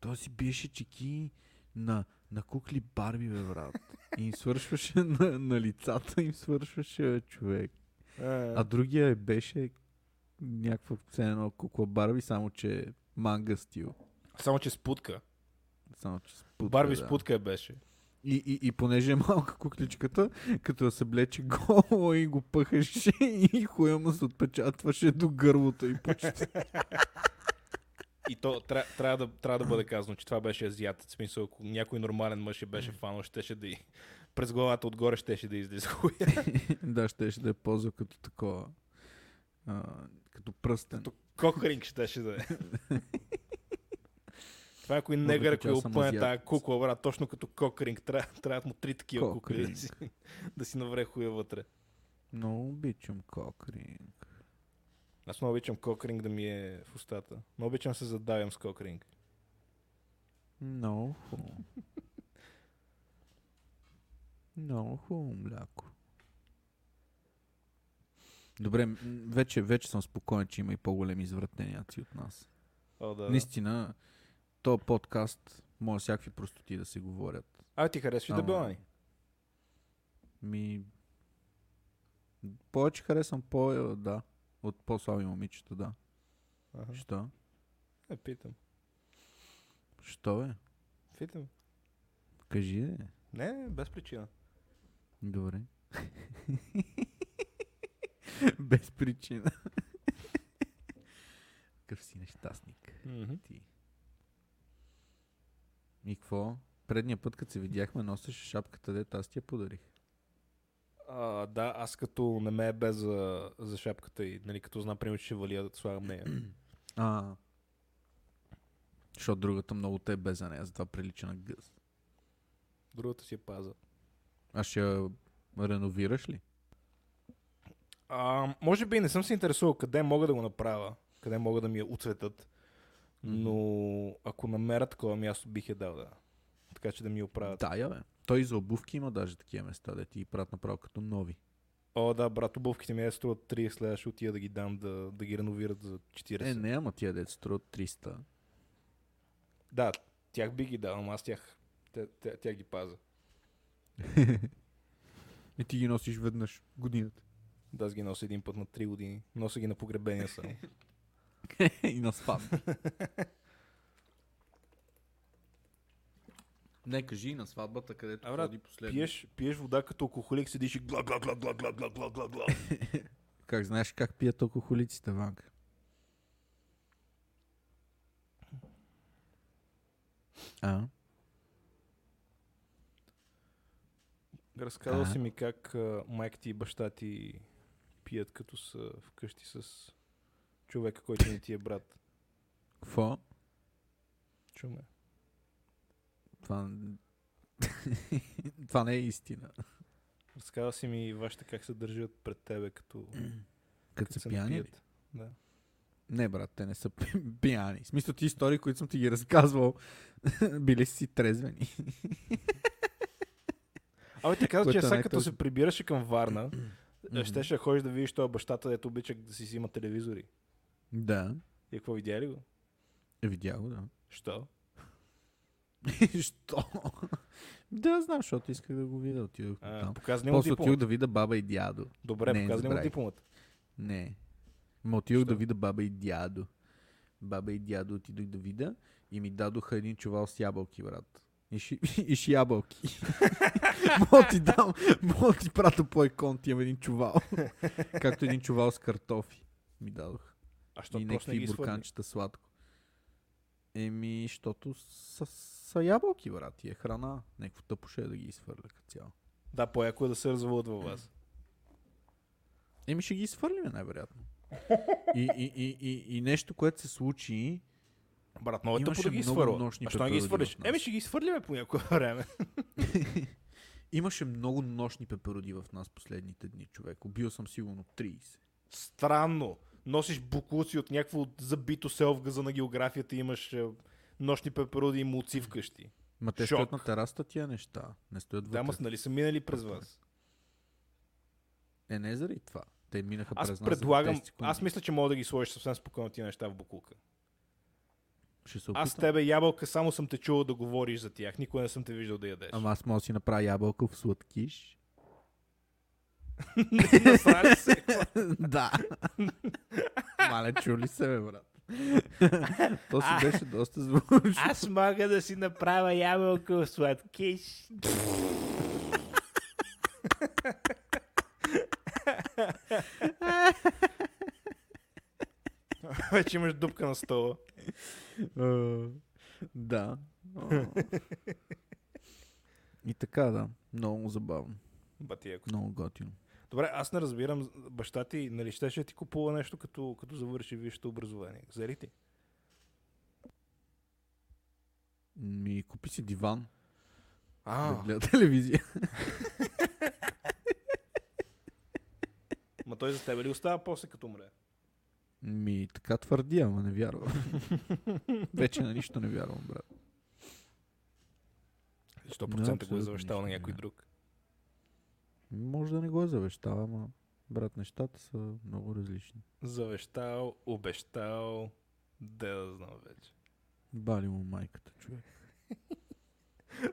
Speaker 1: Той си биеше чеки на, на кукли Барби, бе, брат. И им свършваше на, на лицата, им свършваше бе, човек. А другия е- беше някаква все едно кукла Барби, само че манга стил.
Speaker 2: Само, че с путка.
Speaker 1: Само че с путка,
Speaker 2: Барби
Speaker 1: да.
Speaker 2: с путка я беше.
Speaker 1: И, и, и понеже е малка кукличката, като я се блече голо и го пъхаше и хуя му се отпечатваше до гърлото и почти.
Speaker 2: И то тря- трябва да, трябва да бъде казано, че това беше азиатът. В смисъл, ако някой нормален мъж я беше фанал, щеше да и през главата отгоре щеше да излиза хуя.
Speaker 1: Да, щеше да е ползва като такова. А, като пръстен.
Speaker 2: Като кокринг щеше да е. Това е някой негър,
Speaker 1: Въпреки,
Speaker 2: ако
Speaker 1: че
Speaker 2: е
Speaker 1: аз съм
Speaker 2: опъне
Speaker 1: азиат.
Speaker 2: тази кукла, брат, точно като кокринг. Трябва, трябват му три такива кукли да
Speaker 1: Кокринг.
Speaker 2: си, да си навре хуя вътре.
Speaker 1: Много обичам кокринг.
Speaker 2: Аз много обичам кокринг да ми е в устата. Много обичам да се задавям с кокринг.
Speaker 1: Много хубаво. Много хубаво мляко. Добре, м, вече, вече съм спокоен, че има и по-големи извратеняци от нас.
Speaker 2: О, да,
Speaker 1: Да.
Speaker 2: да.
Speaker 1: Наистина, то подкаст може всякакви простоти да се говорят.
Speaker 2: А, ти харесва и
Speaker 1: Ама-
Speaker 2: дебела ни.
Speaker 1: Ми... Повече харесвам по е, да. От по-слаби момичета, да.
Speaker 2: Аха.
Speaker 1: Що?
Speaker 2: Е, питам.
Speaker 1: Що е?
Speaker 2: Питам.
Speaker 1: Кажи, е.
Speaker 2: Не, не, без причина.
Speaker 1: Добре. Без причина. Какъв си нещастник
Speaker 2: Мгм.
Speaker 1: ти. И какво? Предния път, като се видяхме, носеше шапката, дето аз ти я подарих.
Speaker 2: А, да, аз като не ме е без за, за шапката и нали, като знам, примерно, че ще валия да слагам нея.
Speaker 1: А, защото другата много те е без за нея, затова прилича на гъс.
Speaker 2: Другата си я паза.
Speaker 1: А ще я реновираш ли?
Speaker 2: А, може би не съм се интересувал къде мога да го направя, къде мога да ми я уцветат, но ако намеря такова място, бих я дал, да. Така че да ми я оправят.
Speaker 1: Да, я бе. Той и за обувки има даже такива места, де ти ги правят направо като нови.
Speaker 2: О, да, брат, обувките ми е струват 30 лева, ще отида да ги дам да, да ги реновират за 40.
Speaker 1: Е, не, ама тия деца струват 300.
Speaker 2: Да, тях би ги дал, ама аз тях, тя, тя, тя ги паза.
Speaker 1: И ти ги носиш веднъж годината.
Speaker 2: Да, аз ги нося един път на 3 години. Нося ги на погребения само.
Speaker 1: и на спад. Не, кажи и на сватбата, където
Speaker 2: А, брат, ходи
Speaker 1: последно.
Speaker 2: пиеш, пиеш вода като алкохолик, седиш и гла, гла, гла, гла, гла, гла, гла, гла, гла.
Speaker 1: Как знаеш как пият алкохолиците, Ванка? А?
Speaker 2: Разказал
Speaker 1: Ага.
Speaker 2: си ми как а, майка ти и баща ти пият като са вкъщи с човека, който не ти е брат.
Speaker 1: Какво?
Speaker 2: Чуме.
Speaker 1: Това... Това не е истина.
Speaker 2: Разказал си ми вашите как се държат пред тебе, като,
Speaker 1: Като
Speaker 2: като
Speaker 1: са
Speaker 2: се
Speaker 1: пияни ли?
Speaker 2: напият. Да.
Speaker 1: Не, брат, те не са пи- пияни. В смисъл, ти истории, които съм ти ги разказвал, били си трезвени.
Speaker 2: Абе ти каза,
Speaker 1: Което
Speaker 2: че
Speaker 1: е
Speaker 2: сега като
Speaker 1: най-тъжно.
Speaker 2: се прибираше към Варна,
Speaker 1: Мгм.
Speaker 2: щеше да ходиш да видиш това бащата, дето обича да си взима телевизори.
Speaker 1: Да.
Speaker 2: И какво видя ли го?
Speaker 1: Е, Видя го, да.
Speaker 2: Що?
Speaker 1: Що? да, знам, защото исках да го видя. Отидох
Speaker 2: А,
Speaker 1: там.
Speaker 2: показа ли му е
Speaker 1: После отидох
Speaker 2: дипломата?
Speaker 1: да видя баба и дядо. Не,
Speaker 2: Добре, показа ли му
Speaker 1: забравих.
Speaker 2: дипломата?
Speaker 1: Не. Ма отидох
Speaker 2: Що?
Speaker 1: да видя баба и дядо. Баба и дядо отидох да видя и ми дадоха един чувал с ябълки, брат. И, ши, и ши ябълки. мога ти дам, мога ти прата по екон, ти имам един чувал. Както един чувал с картофи ми дадох.
Speaker 2: А що
Speaker 1: и
Speaker 2: просто не
Speaker 1: някакви
Speaker 2: ги свърни?
Speaker 1: бурканчета сладко. Еми, защото са, са ябълки, брат, и е храна. Някакво тъпо ще е да ги изхвърля като цяло.
Speaker 2: Да, по-яко е да се развалят във вас.
Speaker 1: Еми ще ги изхвърлиме най-вероятно. И, и, и, и, и нещо, което се случи,
Speaker 2: Брат, много е
Speaker 1: Имаше
Speaker 2: тъпо да ги
Speaker 1: много
Speaker 2: изхвърла.
Speaker 1: нощни
Speaker 2: А що не ги
Speaker 1: пеперуди
Speaker 2: изхвърлиш?
Speaker 1: в нас.
Speaker 2: Еми ще ги изхвърлиме по някое време.
Speaker 1: имаше много нощни пепероди в нас последните дни, човек. Убил съм сигурно 30.
Speaker 2: Странно. Носиш буклуци от някакво забито село в газа на географията и имаш е, нощни пеперуди и мулци вкъщи.
Speaker 1: Ма те
Speaker 2: Шок.
Speaker 1: стоят на тераста тия неща. Не стоят
Speaker 2: Да,
Speaker 1: вътре.
Speaker 2: ама с- нали са минали през вас?
Speaker 1: Е, не заради това. Те минаха през
Speaker 2: Аз
Speaker 1: нас. за 10
Speaker 2: предлагам,
Speaker 1: секунди.
Speaker 2: аз мисля, че мога да ги сложиш съвсем спокойно тия неща в буклука.
Speaker 1: Ще се опитам.
Speaker 2: Аз с тебе ябълка само съм те чувал да говориш за тях. Никога не съм те виждал да ядеш.
Speaker 1: Ама аз мога да си направя ябълков сладкиш.
Speaker 2: Насрали се.
Speaker 1: да. Мале, чули се, бе, брат. То си беше доста звучно.
Speaker 2: Аз мога да си направя ябълка сладкиш. Вече имаш дупка на стола.
Speaker 1: Е, Да. О. И така, да. Много забавно.
Speaker 2: Бати, ако...
Speaker 1: Много готино.
Speaker 2: Добре, аз не разбирам, баща ти, нали, щеше да ти купува нещо, като, като завърши висшето образование. Зери ти.
Speaker 1: Ми купи си диван да
Speaker 2: А,
Speaker 1: гледа телевизия.
Speaker 2: ма той за тебе ли остава после като умре?
Speaker 1: Ми така твърди, ама не вярвам. Вече на нищо не вярвам, брат.
Speaker 2: 100% го е
Speaker 1: абсолютно
Speaker 2: завещал на
Speaker 1: нищо,
Speaker 2: някой
Speaker 1: да.
Speaker 2: друг.
Speaker 1: Може да не го е завещава, ама брат, нещата са много различни.
Speaker 2: Завещал, обещал, де да знам вече.
Speaker 1: Бали му майката, човек. Е,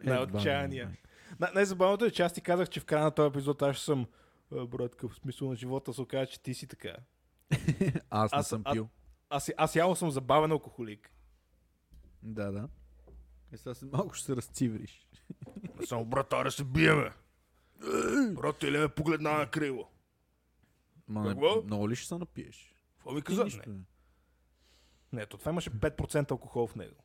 Speaker 2: На
Speaker 1: бали му
Speaker 2: отчаяния.
Speaker 1: майката.
Speaker 2: Най- най-забавното е, че аз ти казах, че в края на този епизод аз ще съм «Е, брат, в смисъл на живота се оказа, че ти си така.
Speaker 1: Аз не
Speaker 2: Аз-
Speaker 1: съм
Speaker 2: аз-
Speaker 1: пил.
Speaker 2: Аз, аз явно съм забавен алкохолик.
Speaker 1: Да, да. Е, сега се- малко ще се разцивриш.
Speaker 3: Само брат, аре се биеме. Брат, ти леве погледна на криво.
Speaker 1: Ма, не-
Speaker 3: Какво?
Speaker 1: много ли ще се напиеш?
Speaker 3: Какво ми
Speaker 1: Е,
Speaker 3: каза?
Speaker 1: нищо не.
Speaker 2: Не, то това имаше 5% алкохол в него.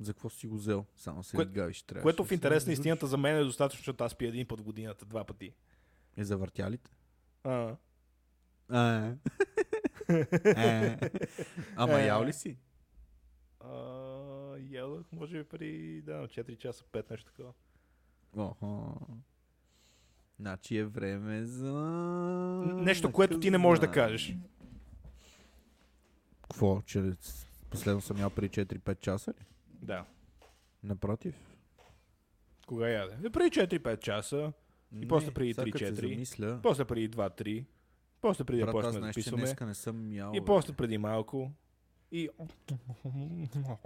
Speaker 1: За какво си го взел? Само се
Speaker 2: Кое-
Speaker 1: гавиш трябва.
Speaker 2: Което в интерес на истината за мен е достатъчно, защото аз пия един път в годината, два пъти.
Speaker 1: Е за въртялите.
Speaker 2: А,
Speaker 1: А, е. Е. Ама
Speaker 2: Е.
Speaker 1: ял ли си?
Speaker 2: а, ядох, може би при да, на 4 часа, 5 нещо такова.
Speaker 1: Охо. Значи е време за...
Speaker 2: Н- Нещо, което ти не можеш да кажеш.
Speaker 1: Какво? Че последно съм ял при 4-5 часа ли?
Speaker 2: Да.
Speaker 1: Напротив.
Speaker 2: Кога яде? Е, Преди 4-5 часа, И после преди
Speaker 1: сега като се
Speaker 2: 3-4.
Speaker 1: Замисля,
Speaker 2: после преди 2-3, после преди да
Speaker 1: брат, аз
Speaker 2: почнем да
Speaker 1: знаеш, че
Speaker 2: писваме,
Speaker 1: днеска не съм ял.
Speaker 2: и
Speaker 1: бе.
Speaker 2: после преди малко, и...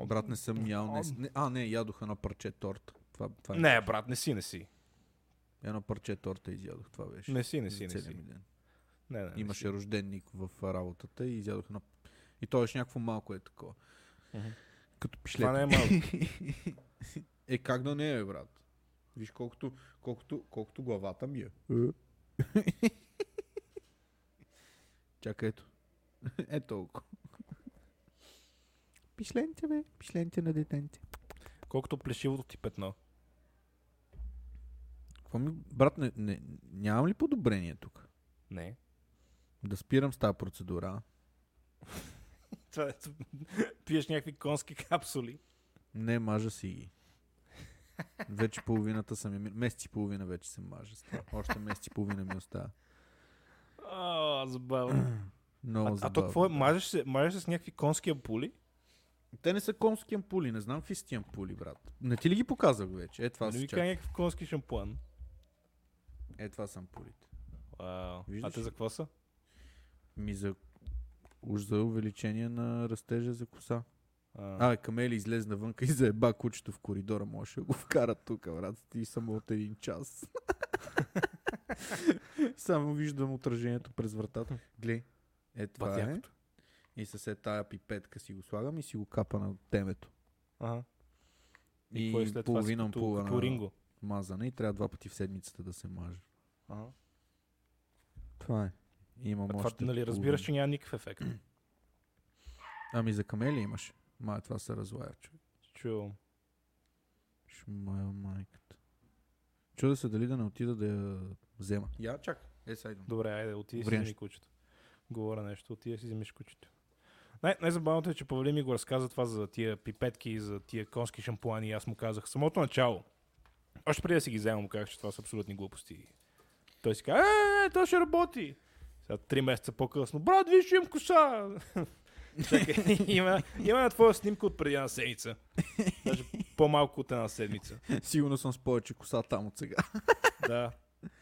Speaker 1: Брат, не съм ял. днес. Не, а, не, ядох едно парче торт. Това, това е.
Speaker 2: Не, брат, не си, не си.
Speaker 1: Едно парче торта изядох, това беше.
Speaker 2: Не си, не
Speaker 1: За
Speaker 2: си, не
Speaker 1: целия
Speaker 2: си.
Speaker 1: ми ден.
Speaker 2: Не, не, не
Speaker 1: Имаше
Speaker 2: Нали, си.
Speaker 1: рожденник в работата и изядох едно... И то беше някакво малко е такова.
Speaker 2: Мгм.
Speaker 1: Като пишле.
Speaker 2: Това не е малко.
Speaker 1: Е, как да не е, брат? Виж колкото, колкото, колкото главата ми е. Чакай, ето. Е толкова. Пишленте, бе. Пишленте на детенте.
Speaker 2: Колкото плешивото ти петно.
Speaker 1: Какво ми, брат, не, не, нямам ли подобрение тук?
Speaker 2: Не.
Speaker 1: Да спирам с тази процедура. а?
Speaker 2: Това е... Пиеш някакви конски капсули.
Speaker 1: Не, мажа си ги. Вече половината съм я ми... Месец и половина вече се мажа с това. Още месец и половина ми остава.
Speaker 2: А, забавно.
Speaker 1: Много
Speaker 2: А, а то
Speaker 1: забавно.
Speaker 2: какво е? Мажеш се, мажеш се с някакви конски ампули?
Speaker 1: Те не са конски ампули, не знам какви са ти ампули, брат. Не ти ли ги показах вече? Е, това
Speaker 2: Не
Speaker 1: са
Speaker 2: ми кажа
Speaker 1: чак...
Speaker 2: някакъв конски шампуан.
Speaker 1: Е, това са ампулите.
Speaker 2: Вау. А
Speaker 1: Виждаш
Speaker 2: те
Speaker 1: ли?
Speaker 2: за какво са?
Speaker 1: Ми за... Уж за увеличение на растежа за коса.
Speaker 2: А,
Speaker 1: А, камели излезе навънка и заеба кучето в коридора. Може да го вкара тук, брат. Ти само от един час. само виждам отражението през вратата. Глей, е това е.
Speaker 2: Батякото.
Speaker 1: И със е тая пипетка си го слагам и си го капа на темето.
Speaker 2: Ага. И, какво е
Speaker 1: И,
Speaker 2: след това си
Speaker 1: половина
Speaker 2: като,
Speaker 1: ампула
Speaker 2: като
Speaker 1: на
Speaker 2: ринго?
Speaker 1: мазане и трябва два пъти в седмицата да се маже.
Speaker 2: Ага.
Speaker 1: Това е. Имам
Speaker 2: А това,
Speaker 1: още
Speaker 2: нали, разбираш, че няма никакъв ефект.
Speaker 1: половин. Ами за камели имаш. Май, това се разлая, човек.
Speaker 2: Чувам.
Speaker 1: Шмая майката. Чуда се дали да не отида да я взема. Я, чак. Е, сега идвам.
Speaker 2: Добре, айде, отиди си
Speaker 1: Врян
Speaker 2: вземи кучето. Говоря нещо, отиди си вземеш кучето. Най- най-забавното е, че Павли ми го разказа това за тия пипетки и за тия конски шампуани и аз му казах в самото начало. Още преди да си ги взема, му казах, че това са абсолютни глупости. Той си каза, е, е, то ще работи. Сега три месеца по-късно, брат, виж, че имам коса. Чакай, има, има на твоя снимка от преди една седмица. Даже по-малко от една седмица.
Speaker 1: Сигурно съм с повече коса там от сега.
Speaker 2: Да.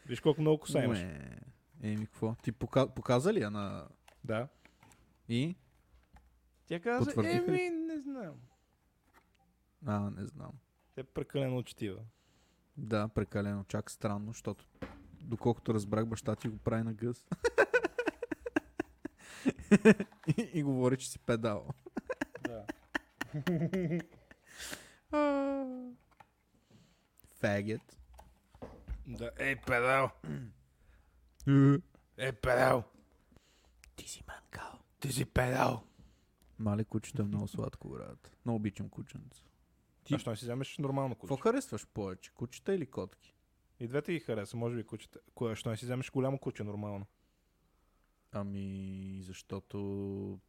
Speaker 2: Виж колко много коса имаш.
Speaker 1: Уе. Еми, какво? Ти пока... показа ли я на...
Speaker 2: Да.
Speaker 1: И?
Speaker 2: Тя каза,
Speaker 1: Потвърдиха ли?
Speaker 2: еми, не знам.
Speaker 1: А, не знам.
Speaker 2: Те прекалено учтива.
Speaker 1: Да, прекалено. Чак странно, защото доколкото разбрах, баща ти го прави на гъс. и, и говори, че си педал.
Speaker 2: Да.
Speaker 1: Фегет.
Speaker 2: да. Ей, педал! Ей, педал!
Speaker 1: Ти си манкал.
Speaker 2: Ти си педал!
Speaker 1: Мале кучето е много сладко, брат. Много обичам кученца. Ти-
Speaker 2: Ти... Защо не си вземеш нормално куче?
Speaker 1: Какво харесваш повече, кучета или котки?
Speaker 2: И двете ги хареса, може би кучета. Кое, защо не си вземеш голямо куче нормално?
Speaker 1: Ами, защото...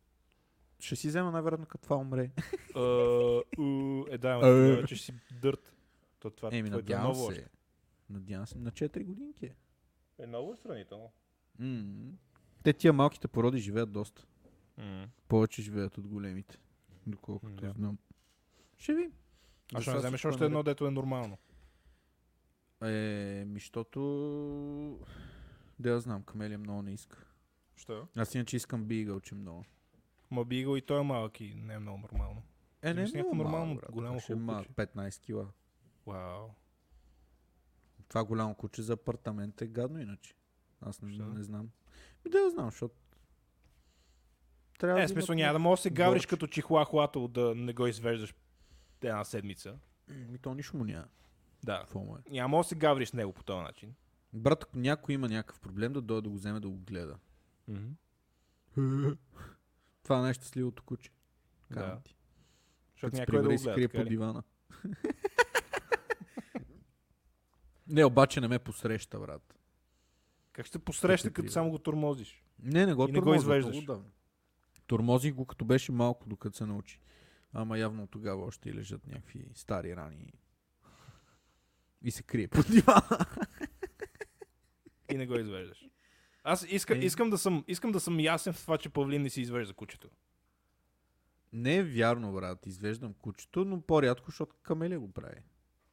Speaker 1: Ще си взема най-вероятно като това умре.
Speaker 2: Е, у, е, да, ама
Speaker 1: Е.
Speaker 2: ти трябва, че ще си дърт. То това
Speaker 1: Еми,
Speaker 2: твоето е
Speaker 1: надявам
Speaker 2: ново. още.
Speaker 1: се. Надявам се. На 4 годинки е.
Speaker 2: Е ново е сравнително.
Speaker 1: М. Те тия малките породи живеят доста. Повече живеят от големите. Доколкото
Speaker 2: Да.
Speaker 1: знам. Ще ви.
Speaker 2: А защо не вземеш още едно, дето е нормално?
Speaker 1: Е, ми, защото... Да, я знам, Камелия много не иска.
Speaker 2: Що?
Speaker 1: Аз иначе искам бигъл, че много.
Speaker 2: Ма би го и той е малък и не е много нормално.
Speaker 1: Е, не е
Speaker 2: Замисли някакво
Speaker 1: много
Speaker 2: нормално
Speaker 1: нормално, брат.
Speaker 2: голямо
Speaker 1: Голямо ще
Speaker 2: хубаво
Speaker 1: има
Speaker 2: куче.
Speaker 1: 15 кила.
Speaker 2: Вау.
Speaker 1: Това голямо куче за апартамент е гадно иначе. Аз не,
Speaker 2: Защо?
Speaker 1: не знам. Ми да я знам, защото... Трябва
Speaker 2: Е, в
Speaker 1: да
Speaker 2: смисъл
Speaker 1: имат
Speaker 2: няма да може да се гавриш
Speaker 1: борч.
Speaker 2: като чихла хлато да не го извеждаш една седмица.
Speaker 1: някакво- Ми то нищо му няма.
Speaker 2: Да.
Speaker 1: Какво му е?
Speaker 2: Няма да се гавриш с него по този начин.
Speaker 1: Брат, ако някой има някакъв проблем, да дойде да го вземе да го гледа. Това е най-щастливото куче.
Speaker 2: Да.
Speaker 1: Да. Ти.
Speaker 2: Защото
Speaker 1: се
Speaker 2: някой е да
Speaker 1: прибере и
Speaker 2: го
Speaker 1: се
Speaker 2: гледа,
Speaker 1: крие
Speaker 2: така
Speaker 1: под
Speaker 2: ли?
Speaker 1: дивана. не, обаче не ме посреща, брат.
Speaker 2: Как ще посреща,
Speaker 1: Те
Speaker 2: като
Speaker 1: прибере.
Speaker 2: само го тормозиш?
Speaker 1: Не, не го
Speaker 2: И не го
Speaker 1: тормозих,
Speaker 2: извеждаш.
Speaker 1: много давно. Тормозих го като беше малко, докато се научи. Ама явно тогава още и лежат някакви стари рани. И се крие под дивана.
Speaker 2: И не го извеждаш. Аз иска,
Speaker 1: Е.
Speaker 2: искам, да съм, искам да съм ясен в това, че Павлин не си извежда кучето.
Speaker 1: Не е вярно, брат. Извеждам кучето, но по-рядко, защото камелия го прави.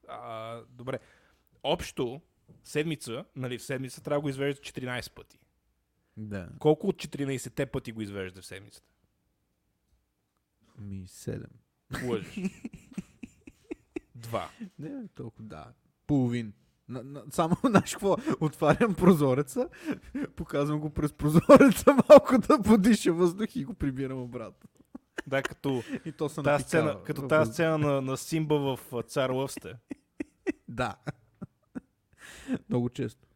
Speaker 2: А, добре. Общо, седмица, нали, в седмица трябва да го извежда 14 пъти.
Speaker 1: Да.
Speaker 2: Колко от 14-те пъти го извежда в седмицата?
Speaker 1: Ми Ами, седем.
Speaker 2: Лъжиш. Два.
Speaker 1: Не, бе, толкова, да. Половин. На, на, само, знаеш какво? Отварям прозореца, показвам го през прозореца, малко да подиша въздух и го прибирам обратно.
Speaker 2: Да, като
Speaker 1: И то се
Speaker 2: тази
Speaker 1: напикава.
Speaker 2: сцена, като
Speaker 1: във
Speaker 2: тази
Speaker 1: въздуха.
Speaker 2: сцена на, на Симба в а, Цар Лъвсте.
Speaker 1: Да. Много често.